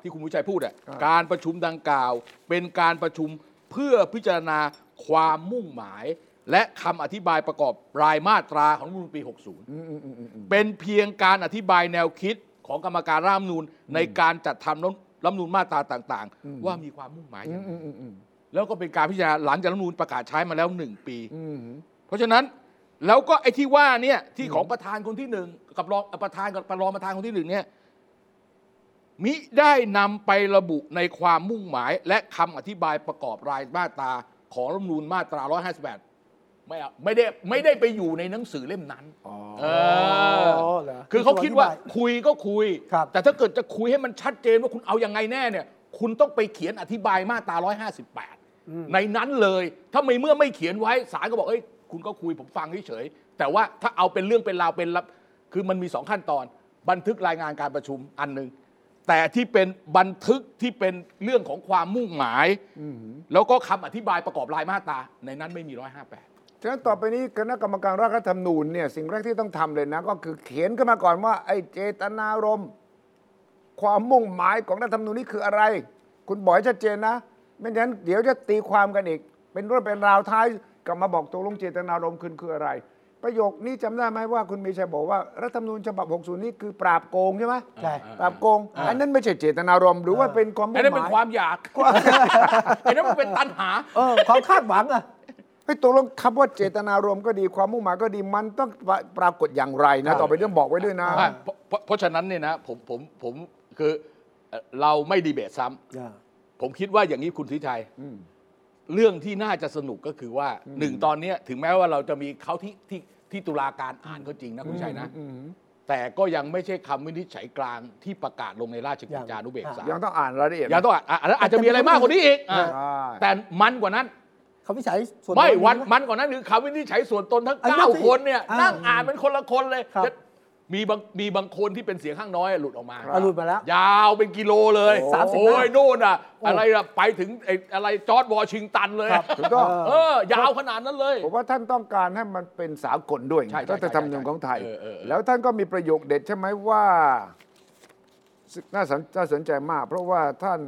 S2: ที่คุณวิชัยพูดอ่ะ
S3: อ่า
S2: การประชุมดังกล่าว เป็นการประชุมเพื่อพิจารณาความมุ่งหมาย และคำอธิบายประกอบรายมาตราของรัฐธรรมนูลปี 60
S3: อืมอืมอืมอืมอืม
S2: เป็นเพียงการอธิบายแนวคิดของกรรมการร่างรัฐธรรมนูนในการจัดทำรัฐรัฐธรรมนูนมาตราต่าง
S3: อืม
S2: ๆ ว่ามีความมุ่งหมายอย่างไร
S3: อืมอืมอืม
S2: แล้วก็เป็นการพิจารณาหลังจากรัฐธรรมนูนประกาศใช้มาแล้วหนึ่งปี
S3: อืม
S2: เพราะฉะนั้นแล้วก็ไอ้ที่ว่าเนี่ยที่ของประธานคนที่หนึ่งกับรองประธานกับรองประธานคนที่หนึ่งเนี่ย มิได้นำไประบุในความมุ่งหมาย และคำอธิบายประกอบรายมาตราของรัฐธรรมนูญมาตรา 158 ไม่เอาไม่ได้ไม่ได้ไปอยู่ในหนังสือเล่มนั้น เออ
S1: เหร
S2: คือเขาคิดว่า
S1: อธิบย
S2: คุยก็คุย
S1: ครับ
S2: แต่ถ้าเกิดจะคุยให้มันชัดเจนว่าคุณเอายังไงแน่เนี่ย คุณต้องไปเขียนอธิบายมาตรา
S1: อืม
S2: 158 ในนั้นเลยถ้าไม่เมื่อไม่เขียนไว้ศาลก็บอกเอ้ยคุณก็คุยผมฟังเฉยๆแต่ว่าถ้าเอาเป็นเรื่องเป็นราวเป็นรับคือมันมีสองขั้นตอน บันทึกรายงานการประชุมอันหนึ่งแต่ที่เป็นบันทึกที่เป็นเรื่องของความมุ่งหมาย แล้วก็คำอธิบายประกอบรายมาตราในนั้นไม่มี 158
S3: ฉะนั้นต่อไปนี้คณะกรรมการร่างรัฐธรรมนูญเนี่ยสิ่งแรกที่ต้องทำเลยนะ ก็คือเขียนขึ้นมาก่อนว่า ไอ้เจตนารมณ์ความมุ่งหมายของรัฐธรรมนูญนี่คืออะไร คุณบอกให้ชัดเจนนะ ไม่งั้นเดี๋ยวจะตีความกันอีก เป็นเรื่องเป็นราวท้ายกลับมาบอกตกลงเจตนารมณ์คุณคืออะไร ประโยคนี้จำได้ไหมว่าคุณมีชัยบอกว่ารัฐธรรมนูญฉบับ 60 นี่คือปราบโกงใช่ไหม
S1: ใช่
S3: ปราบโกง อันนั้นไม่ใช่เจตนารมณ์หรือว่าเป็นความมุ่งห
S2: ไอ้นั่
S3: มาย
S2: นเป็นความอยากไอ้นั่นมันเป็นตัณหา
S1: เออความคาดหวังอะ
S3: เฮ้ยตกลงคำว่าเจตนารมณ์ก็ดีความมุ่งหมายก็ดีมันต้องปรากฏอย่างไรนะ ต่อไปเรื่องบอกไว้ด้วยนะ
S2: ใช่เพราะเพราะเพราะฉะนั้นเนี่ยนะผมผมผมคือเอ่อเราไม่ดีเบตซ้ำผมคิดว่าอย่างนี้คุณทิชัย
S3: อืม
S2: เรื่องที่น่าจะสนุกก็คือว่าหนึ่งตอนเนี้ยถึงแม้ว่าเราจะมีเขาที่ที่ที่ตุลาการอ่านก็จริงนะคุณชัยนะ
S3: อืม
S2: แต่ก็ยังไม่ใช่คำวินิจฉัยกลางที่ประกาศลงในราชกิจจานุเบกษา
S3: ยังต้องอ่านรายละเอียดนะ
S2: ยังต้องอ่ะอ่ะอาจจะมีอะไรมากกว่านี้อีกอ่ะ
S3: ใช่
S2: แต่มันกว่านั้น
S1: เขาวิจัยส่วน
S2: ไม่
S1: ตัว
S2: วัน
S1: ใช่ห
S2: มันก่อนนั้นคือคำวินิจฉัยส่วนตนทั้ง
S1: อันนั้น
S2: เก้า
S1: สิ
S2: คนเนี่ย
S1: อ่านั่
S2: นั่งอ่านเป็นคนละคนเลย
S1: ครับ
S2: จะมีบางมีบางคนที่เป็นเสียงข้างน้อยหลุดออกมา
S1: อ่ะหลุดมาแล้ว
S2: ยาวเป็นกิโลเลย
S1: โอ้30
S2: โอ้
S1: ห
S2: ย
S1: น้า
S2: โน่นอ่ะ
S1: โอ้
S2: อะไรอ่ะไปถึงไอ้อะไรจอร์ดวอชิงตันเลย
S1: ครับ
S3: ถูกต้อง
S1: เออ
S2: เออยาวขนาดนั้นเลย
S3: ผมว่าท่านต้องการให้มันเป็นสากลด้วยไง
S2: ใช่ใช่
S3: รัฐธรรมนูญของไทย
S2: เออเออเออ
S3: แล้วท่านก็มีประโยคเด็ดใช่ไหมว่าน่าสนน่าสนใจมาก เพราะว่าท่าน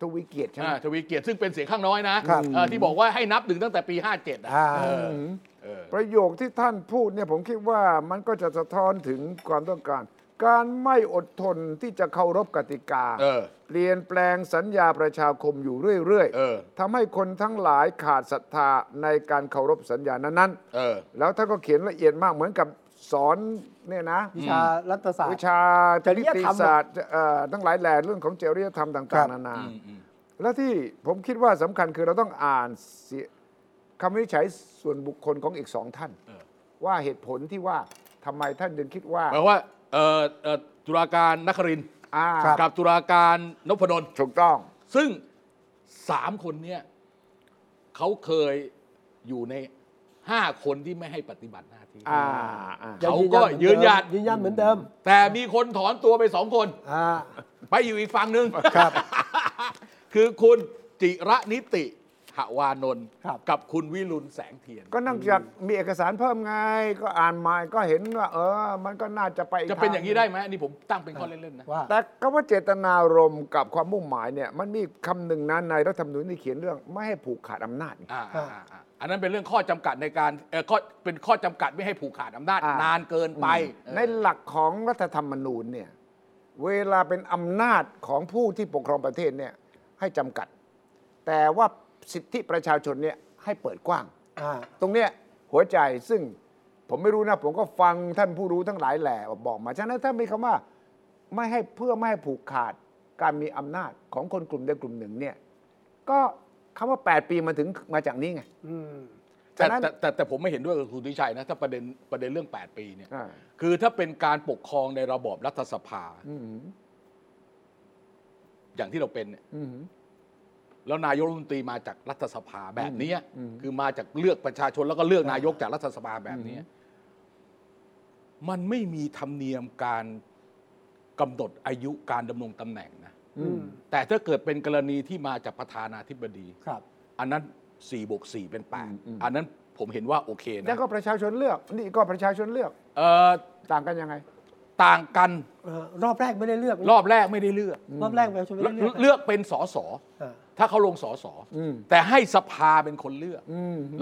S3: ทวิเกียรติใช่ไหม
S2: อ่าทวีเกียรติซึ่งเป็นเสียงข้างน้อยนะครับ เออที่บอกว่าให้นับถึงตั้งแต่ปี 57นะ
S1: อ่า
S2: เออ
S3: อืม
S2: เออ
S3: ประโยคที่ท่านพูดเนี่ยผมคิดว่ามันก็จะสะท้อนถึงความต้องการ การไม่อดทนที่จะเคารพกติกา
S2: เออ
S3: เปลี่ยนแปลงสัญญาประชาคมอยู่เรื่อย
S2: เออ
S3: ทำให้คนทั้งหลายขาดศรัทธาในการเคารพสัญญานั้น
S2: เออ
S3: ๆ แล้วท่านก็เขียนละเอียดมากเหมือนกับสอนเนี่ยนะ
S1: วิชารัฐศาสต
S3: วิ
S1: ร์
S3: ชา
S1: จริยธรรม
S3: นิติศาสตร์เอ่อทั้งหลายแหล่เรื่องของจริยธรรม
S1: ครั
S3: ต่า
S1: บ
S3: งๆ นานา
S2: อืมอืม
S3: และที่ผมคิดว่าสำคัญคือเราต้องอ่านเสียคำวินิจฉัยส่วนบุคคลของอีกสองท่าน
S2: เออ
S3: ว่าเหตุผลที่ว่าทำไมท่านจึงคิดว่า
S2: แปลว่าเออเอ่อตุลาการนครินทร์
S3: อ่า
S2: กับตุลาการนพดล
S3: ถูกต้อง
S2: ซึ่งสามคนเนี่ยเขาเคยอยู่ในห้าคนที่ไม่ให้ปฏิบัติหน้าที่
S3: อ่าอ่า
S2: เขาก็ยืนยัน
S1: ยืนยันเหมือนเดิม
S2: แต่มีคนถอนตัวไปสองคน
S1: อ่า
S2: ไปอยู่อีกฝั่งหนึ่ง
S1: ครับ
S2: คือคุณจิระนิติหวานนท์
S1: ครับ
S2: กับคุณวิรุณแสงเทียน
S3: ก็นั่งจากมีเอกสารเพิ่มไง ก็อ่านมาก็เห็นว่า เออ มันก็น่าจะไปก
S2: จะเป็นอย่างนี้ได้
S3: ท
S2: ไหมอันนี้ผมตั้งเป็นข้อเล่น ๆ นะ
S1: ว่า
S3: แต่ก็ว่าเจตนารมณ์กับความมุ่งหมายเนี่ย มันมีคำหนึ่งนะในรัฐธรรมนูญที่เขียนเรื่อง ไม่ให้ผูกขาดอำนาจ
S2: อ่าอ่าอ่าอ่าอันนั้นเป็นเรื่องข้อจำกัดในการเออข้อเป็นข้อจำกัดไม่ให้ผูกขาดอำนาจ
S3: อ่าน
S2: นานเกินไปเออ
S3: ในหลักของรัฐธรรมนูญเนี่ยเวลาเป็นอำนาจของผู้ที่ปกครองประเทศเนี่ยให้จำกัด แต่ว่าสิทธิประชาชนเนี่ยให้เปิดกว้าง
S1: อ่า
S3: ตรงเนี้ยหัวใจซึ่งผมไม่รู้นะ ผมก็ฟังท่านผู้รู้ทั้งหลายแหล่บอกมา ฉะนั้นถ้ามีคำว่าไม่ให้เพื่อไม่ให้ผูกขาดการมีอำนาจของคนกลุ่มใดกลุ่มหนึ่งเนี่ยก็คำว่า 8 ปีมาถึงมาจากนี้ไง
S1: อืม
S2: แต่
S3: ฉะนั้น
S2: แต่แต่แต่ผมไม่เห็นด้วยกับคุณทิชัยนะ ถ้าประเด็นประเด็นเรื่อง 8 ปีเนี่ย
S3: อ่า
S2: คือถ้าเป็นการปกครองในระบอบรัฐสภา
S3: อืม
S2: อย่างที่เราเป็นเนี่ย
S3: อืม
S2: แล้วนายกรัฐมนตรีมาจากรัฐสภาแบบเนี้ย
S3: อืม
S2: คือมาจากเลือกประชาชนแล้วก็เลือกนายกจากรัฐสภาแบบเนี้ยมันไม่มีธรรมเนียมการกำหนดอายุการดำรงตำแหน่งนะ
S1: อืม
S2: แต่ถ้าเกิดเป็นกรณีที่มาจากประธานาธิบดี
S1: ครับ
S2: อันนั้น4บวก4เป็น8อันนั้นผมเห็นว่าโอเค
S3: แล้ว
S2: นะ
S3: ก็ประชาชนเลือก นี่ก็ประชาชนเลือก
S2: เอ่อ
S3: ต่างกันยังไง
S2: ต่างกัน
S1: เอ่อรอบแรกไม่ได้เลือก
S2: รอบแรกไม่ได้เลือก
S1: รอบแรกประชาชนไม่ได้เลือก
S2: เลือกเป็นสอสอ
S1: อ่า
S2: ถ้าเขาลงสอสออ
S3: ม
S2: แต่ให้สภาเป็นคนเลือก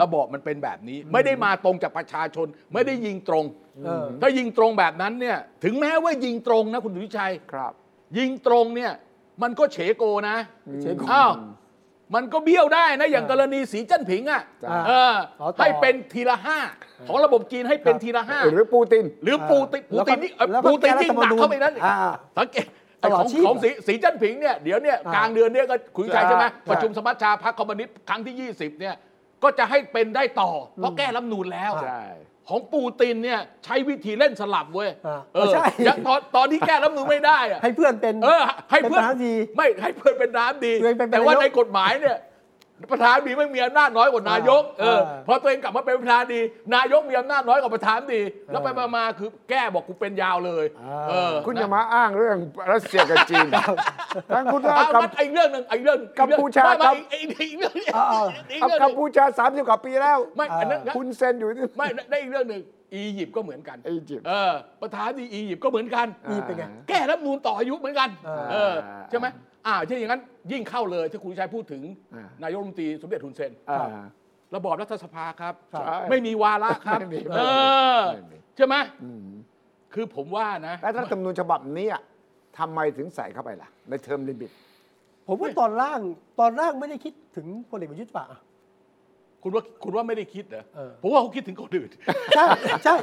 S2: ระบอบมันเป็นแบบนี้ ไม่ได้มาตรงจากประชาชน ไม่ได้ยิงตรง
S1: เออ
S2: ถ้ายิงตรงแบบนั้นเนี่ย ถึงแม้ว่ายิงตรงนะคุณสุวิชัย
S3: ครับ
S2: ยิงตรงเนี่ย มันก็เฉโกนะ
S1: เฉโก
S2: อ้าวมันก็เบี้ยวได้นะ อย่างกรณีสีจิ้นผิงอ่ะ
S1: จ้ะ
S2: เออ
S1: ขอต่อ
S2: ให้เป็นทีละห้าของระบบจีนให้เป็นทีละห้า
S3: หรือปูติน
S2: หรือปูตินปูตินนี่เอ้ย
S1: แล้วก็
S2: ปูตินยิ่งหนักเข้าไปนั้น
S1: อ่า
S2: สังเกต
S1: ตลอด
S2: ไขง
S1: ชีพ
S2: ของ
S1: อะ
S2: สีสีจันผิงเนี่ยเดี๋ยวเนี่ย
S1: อ่าก
S2: ลางเดือนเนี่ยก็คุยใจใช่ไหม
S1: ใช่
S2: ประชุมสมัชชาพรรคคอมมิวนิสต์ครั้งที่ 20เนี่ยก็จะให้เป็นได้ต่อเพราะแก้รัฐธรรมนูนแล้ว
S3: ใช่
S2: ของปูตินเนี่ยใช้วิธีเล่นสลับเว้ย
S1: อ่า
S2: เออ
S1: ใช่
S2: ยังตอนตอนที่แก้รัฐธรรมนูนไม่ได้อะ
S1: ให้เพื่อนเป็น
S2: เออ ให้เพื่อน
S1: ป็ประธานาธิบดี
S2: ไม่ให้เพื่อนเป็นน้ำดี
S1: ตัวเองเป็น
S2: แต่
S1: เป็
S2: ว่า
S1: นนายก
S2: ในกฎหมายเนี่ยประธานดีไม่มีอำนาจน้อยกว่านายก
S1: อ่า
S2: เออ
S1: อ่า
S2: พอตัวเองกลับมาเป็นประธานดี นายกมีอำนาจน้อยกว่าประธานดี แล้วไป
S1: อ่าม
S2: มาๆคือแก้บอกกูเป็นยาวเลย
S1: อ่า
S2: เออ
S3: คุณ
S2: นะ
S3: อย่ามาอ้างเรื่องรัสเซียกับจีนทั้งคุณก็
S2: เอา
S3: เอากั
S2: มั
S3: บ
S2: นไอ้เรื่องหนึงไอ้เรื่อง
S3: กัมพูชา
S2: ไม่ไม่
S3: ครับ
S2: ไอ้ไอ้อีกเรื่อง
S1: อ่าอ่า
S2: อีก
S3: เอา
S2: เรื่องห
S3: กั
S2: นึ่
S3: ม
S2: ง
S3: พูชาสามสิบกว่าปีแล้ว
S2: ไม่อันนั้น
S3: คุณเซ็นอยู่ที่
S2: ไม่ได้อีกเรื่องหนึ่งอียิปต์ก็เหมือนกัน
S3: อียิปต์
S2: เออประธานดีอียิปต์ก็เหมือนกัน
S1: นี่เป็นไง
S2: แก้รัฐธรรมนูนต่ออายุเหมือนกัน
S1: อ่า
S2: เออใช่ไหมอ่าถ้าอย่างนั้นยิ่งเข้าเลยที่คุณชัยพูดถึง
S3: อ่าน
S2: นายกรัฐมนตรีสมเด็จฮุนเซน
S3: อ่า
S2: ระบอบรัฐสภาครับ
S1: ครับ
S2: ไม่มีวาระครับ
S3: ไม่มี
S2: เออ
S3: ไม่มี
S2: ใช่ไหม
S3: อืม
S2: คือผมว่านะ
S3: แล้วรัฐธรรมนูญฉบับนี้อะทำไมถึงใส่เข้าไปล่ะ ในเทอมลิมิต
S1: ผมว่าตอนล่างตอนล่างไม่ได้คิดถึงพลเอกประยุทธ์ป่ะ
S2: คุณว่าคุณว่าไม่ได้คิดเหรอ
S1: เออ
S2: ผมว่าเขาคิดถึงคนอื่น
S1: ใช่ใช่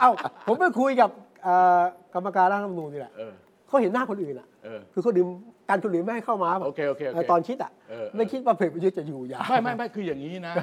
S1: เอ้าผมไปคุยกับเอ่อกรรมการร่างรัฐธรรมนูญนี่แหละ
S2: เออ
S1: เขาเห็นหน้าคนอื่นอ่ะ
S2: เออ
S1: คือเขาดื่มการคนอื่นไม่ให้เข้ามาปะ
S2: โอเคโอเคโอเค
S1: ตอนคิดอ่ะ
S2: เออเออ
S1: ไม่คิดว่าพลเอกประยุทธ์จะอยู่ยาว
S2: ไม่ไม่ไม่คืออย่างนี้นะ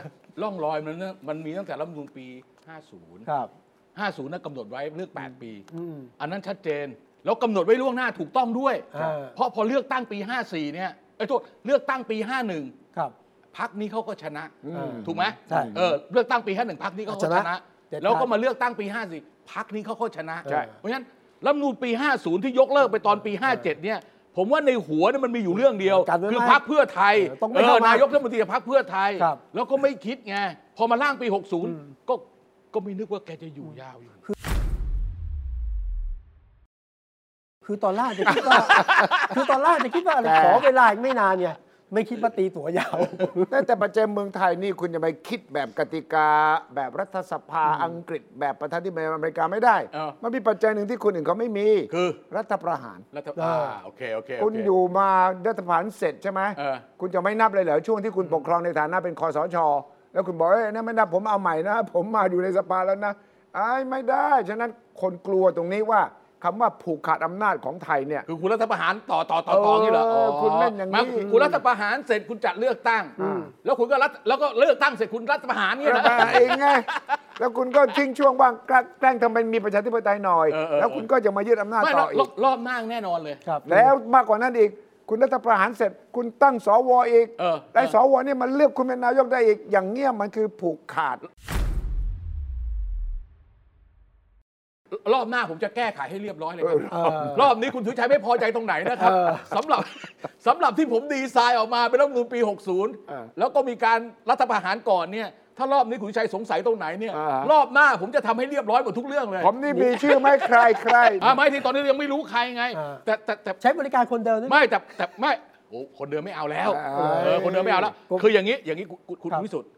S2: ร่องรอยมันเนี่ยมันมีตั้งแต่รัฐธรรมนูลปี 50
S1: ครับ
S2: 50นะกำหนดไว้เลือก 8 ปี
S1: อืม
S2: อันนั้นชัดเจน แล้วกำหนดไว้ล่วงหน้าถูกต้องด้วย
S1: อ่า
S2: เพราะพอเลือกตั้งปี 54 เนี่ยไอ้ยโทษเลือกตั้งปี 51
S1: ครับ
S2: พักนี้เขาก็ชนะ
S3: อืม
S2: ถูกไหม
S1: ใช่
S2: เออเลือกตั้งปี 51พักนี้เขาก็ช
S1: ช
S2: นะ
S1: นะเด็ดขาด
S2: แล้วก็มาเลือกตั้งปี 54พักนี้เขาก็ชนะ
S1: ใช่
S2: เพราะฉะนั้นรัฐธรรมนูลปี 50 ที่ยกเลิกไปตอนปี 57 เนี่ย ผมว่าในหัวเนี่ยมันมีอยู่เรื่องเดียว
S1: การเมือง
S2: คือพักเพื่อไทย
S1: เออต้องไม่
S2: เอ
S1: เข้า
S2: อ
S1: มาน
S2: นายกรัฐมนตรีพักเพื่อไทย
S1: ครับ
S2: แล้วก็ไม่คิดไงพอมาร่างปี
S1: ม
S2: 60 ก็ก็ไม่นึกว่าแกจะอยู่ยาวอยู่
S1: คือตอนล่างจะคิดว่า คือตอนล่างจะคิด ว่าอะไร
S3: แต่
S1: ขอเวลาอีกไม่นานเนี่ย ไม่คิดว่าตีตัวยาว
S3: แต่แต่ประเจมเมืองไทยนี่คุณจะไปคิดแบบกติกา แบบรัฐสภาอังกฤษ แบบประธานาธิบดีอเมริกาไม่ได้
S2: เออ
S3: มันมีปัจจัยหนึ่งที่คนอื่นเขาไม่มี
S2: คือ
S3: รัฐประหาร
S2: แล้ว
S1: เอ
S2: อ่า
S1: อ
S2: โอเคโอเคโเค
S3: คุณอยู่มารัฐประหารเสร็จใช่ไหม
S2: เออ
S3: คุณจะไม่นับเลยเหรอช่วงที่คุณปกครองในฐานะเป็นคอสช แล้วคุณบอกเอ้ยนั่นไม่นับผมเอาใหม่นะ ผมมาอยู่ในสภาแล้วนะไอ้ไม่ได้ ฉะนั้นคนกลัวตรงนี้ว่าคำว่าผูกขาดอำนาจของไทยเนี่ย
S2: คือคุณรัฐประหารต่อต่อต่อต่อนี่เหรอ
S3: เอออ๋คุณเล่นอย่างนี้
S2: มคุณรัฐประหารเสร็จคุณจัดเลือกตั้ง
S3: อืม
S2: แล้วคุณก็รัฐแล้วก็เลือกตั้งเสร็จคุณรัฐประหารเนี่ย
S3: รั
S2: เหรอ
S3: ฐประหารเองไงแล้วคุณก็ทิ้งช่วงว่างแกล้งแกล้งทำเป็นมีประชาธิปไตยหน่อย
S2: เออเออ
S3: แล้วคุณก็จะมายึดอำนาจ
S2: ไม่
S3: ต่
S2: รอ
S3: อบ อี
S2: รอก บรอบหน้าแน่นอนเลย
S1: ครับ
S3: แล้วมากกว่านั้นอีก คุณรัฐประหารเสร็จ คุณตั้งสวอีก
S2: เออ
S3: ได้สวเนี่ยมันเลือกคุณเป็นนายกได้อีก อย่างเงี้ยมันคือผูกขาด
S2: รอบหน้าผมจะแก้ไขให้เรียบร้อยเลยค
S3: เอ
S2: รับ
S3: อ
S1: เออ
S2: รอบนี้คุณถือชัยไม่พอใจตรงไหนนะครับ
S1: เออ
S2: สำหรับสำหรับที่ผมดีไซน์ออกมาเป็นรัฐธรรมนูลปี
S3: เออ
S2: 60 แล้วก็มีการรัฐประหารก่อนเนี่ยถ้ารอบนี้คุณชัยสงสัยตรงไหนเนี่ย
S3: อ่าฮะ
S2: รอบหน้าผมจะทำให้เรียบร้อยหมดทุกเรื่องเลย
S3: ผมนี่มีชื่อไม่ใครใคร
S2: อ่าไม่ที่ตอนนี้ยังไม่รู้ใครไง
S1: อ่า
S2: แต่แต่แต่
S1: ใช้บริการคนเดิมด้วยนะ
S2: ไม่แต่แต่ไม่โอ้คนเดิมไม่เอาแล้ว
S3: เอ้ย
S2: เออคนเดิมไม่เอาแล้ว
S1: ผม
S2: คืออย่างนี้อย่างนี้คุณคุณคุณ
S1: ครับ
S2: วิสุทธ์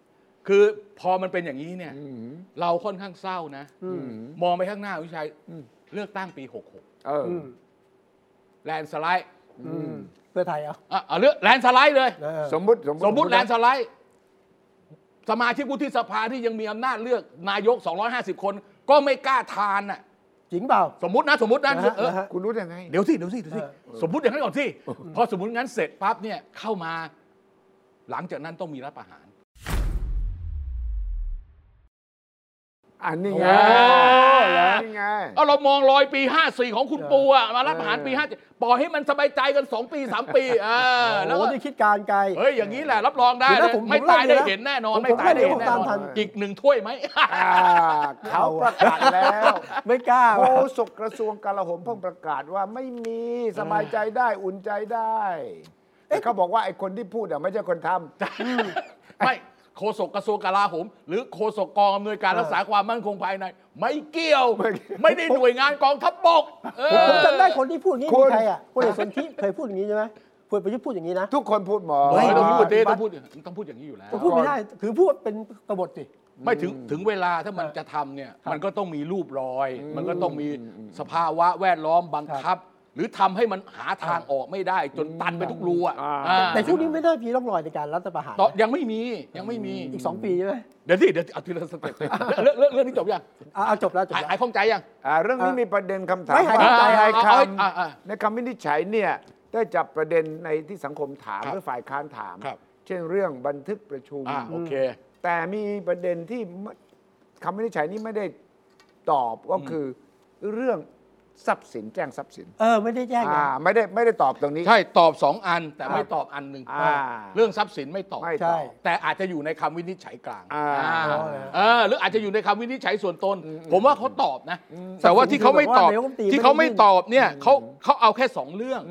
S2: คือพอมันเป็นอย่างนี้เนี่ย
S3: อืม
S2: เราค่อนข้างเศร้านะ
S1: อืม
S2: มองไปข้างหน้าวิชัยเลือกตั้งปี 66
S3: เออ
S1: อืม
S2: แลนสไลด์
S1: อืมเพื่อไทยเอา
S2: อ่ะเอาเลือกแลนสไลด์เลย
S1: เออ
S3: สมมติ
S2: สมมุติแลนสไลด์ สมาชิกวุฒิสภาที่ยังมีอำนาจเลือกนายก 250 คนก็ไม่กล้าทานน่ะ
S1: จริงเปล่า
S2: สมมตินะสมมตินะ
S1: นะฮะ
S2: เออ
S1: นะฮะ
S3: คุณรู้ได้ไง
S2: เดี๋ยวสิเดี๋ยวสิเดี๋ยวสิ
S1: เอ
S2: สมมติอย่างนั้นก่อนสิพอสมมติงั้นเสร็จปั๊บเนี่ยเข้ามา หลังจากนั้นต้องมีรัฐประหาร
S3: อันนี้ไง
S2: โอ้เหรอ
S3: นี่ไง
S2: เอาเรามองรอยปี 54 ของคุณปูอะมารับประหารปี 57 ปล่อยให้มันสบายใจกัน 2 ปี 3 ปีอ่าแล้ว
S1: โอ้
S2: ก็
S1: โหนี่คิดการไกล
S2: เฮ้ย อย่างนี้แหละ รับรองได้
S1: เดี๋ยวนะ
S2: นะ
S1: ผม
S2: ไม่
S1: ผมไล่
S2: ตาย
S1: เล
S2: ได้
S1: ยนะ
S2: เห็นแน่นอน
S1: ผม
S2: ไม่ตายได้เห็
S1: ผ
S2: น
S1: มไล่
S2: แน่
S1: ตาม
S2: นอ
S1: ทั
S2: น
S1: น
S2: อีกหนึ่งถ้วยไหม
S3: อ่าเขาประกาศแล้ว
S1: ไม่กล้า
S3: โฆษกกระทรวงกลาโหมเพิ่งประกาศว่าไม่มีสบายใจได้อุ่นใจได้แต่เขาบอกว่าไอ้คนที่พูดอ่ะไม่ใช่คนท
S2: ไม่โฆษกกระทรวงกลาโหม หรือโฆษกกองอำนวยการรักษาความมั่นคงภายใน ไม่เกี่ยว ไม่ได้หน่วยงานกองทัพบกเออ
S1: ผมจำได้คนที่พูดอย่างนี้คือใครอ่ะคนเอกสนธิเคยพูดอย่างนี้ใช่ไหมพลเอกประยุทธ์พูดอย่างนี้นะ
S3: ำทุกคนพูดหมอ
S2: เฮ้ยต้องพูดดิ
S1: ไม่
S2: ต้องพูดต้องพูดอย่างนี้อยู่แล้ว
S1: ก็พูดไม่ได้ ถือพูดเป็นกบฏสิ
S2: ไม่ถึงถึงเวลาถ้ามันจะทำเนี่ย มันก็ต้องมีรูปรอย มันก็ต้องมีสภาวะแวดล้อมบังคับ หรือทำให้มันหาทางออกไม่ได้ จนตันไปทุกรูอ่ะ
S3: อ่า
S2: อ่า
S1: แต่ช่วงนี้ไม่น่ามีร่องรอยในการรัฐประหาร
S2: ต่อยังไม่มียังไม่มี
S1: อีกสองปีใช่ไหม
S2: เดี๋ยวสิเดี๋ยวเอาทีละสเต็ป เลยเรื่องเรื่องเรื่องนี้จบยัง
S1: อ่ะเอาจบแล้วจบ
S2: หาย
S1: แล้ว
S2: หายข้องใจยัง
S3: อ่าเรื่องนี้มีประเด็นคำถาม
S1: ไม่หาย
S3: ว่
S1: ใจ
S3: ในค
S2: เอาเอาเอาเอา
S3: ำในคำวินิจฉัยเนี่ยได้จับประเด็นในที่สังคมถาม
S2: ครับ
S3: หรือฝ่ายค้านถาม
S2: ครับ
S3: เช่นเรื่องบันทึกประชุม
S2: อ่าโอเค
S3: แต่มีประเด็นที่ไม่คำวินิจฉัยนี้ไม่ได้ตอบก็คืออเรื่องทรัพย์สินแจ้งทรัพย์สิน
S1: เออไม่ได้แจ้งนะ
S3: อ่าไม่ได้ไม่ได้ตอบตรงนี้
S2: ใช่ตอบสองอันแต่
S3: ครับ
S2: ไม่ตอบอันหนึ่ง
S3: อ่า
S2: เรื่องทรัพย์สินไม่ตอบ
S3: ไม่
S1: ใช่
S3: ตอบ
S2: แต่อาจจะอยู่ในคำวินิจฉัยกลาง
S3: อ่า
S2: อ่า
S1: อ๋อเหรอ
S2: เออหรืออาจจะอยู่ในคำวินิจฉัยส่วนตน ผมว่าเขาตอบนะ แต่ว่า
S1: ทรัพย์สิน
S2: ที่เขาไม่ตอบ
S1: ที่แบบว่านายกรัฐมนตรี
S2: ที่เขา
S1: ไม่
S2: ไม่
S1: ได้ยื่น
S2: ตอบเนี่ยเขาเขาเอาแค่สองเรื่อง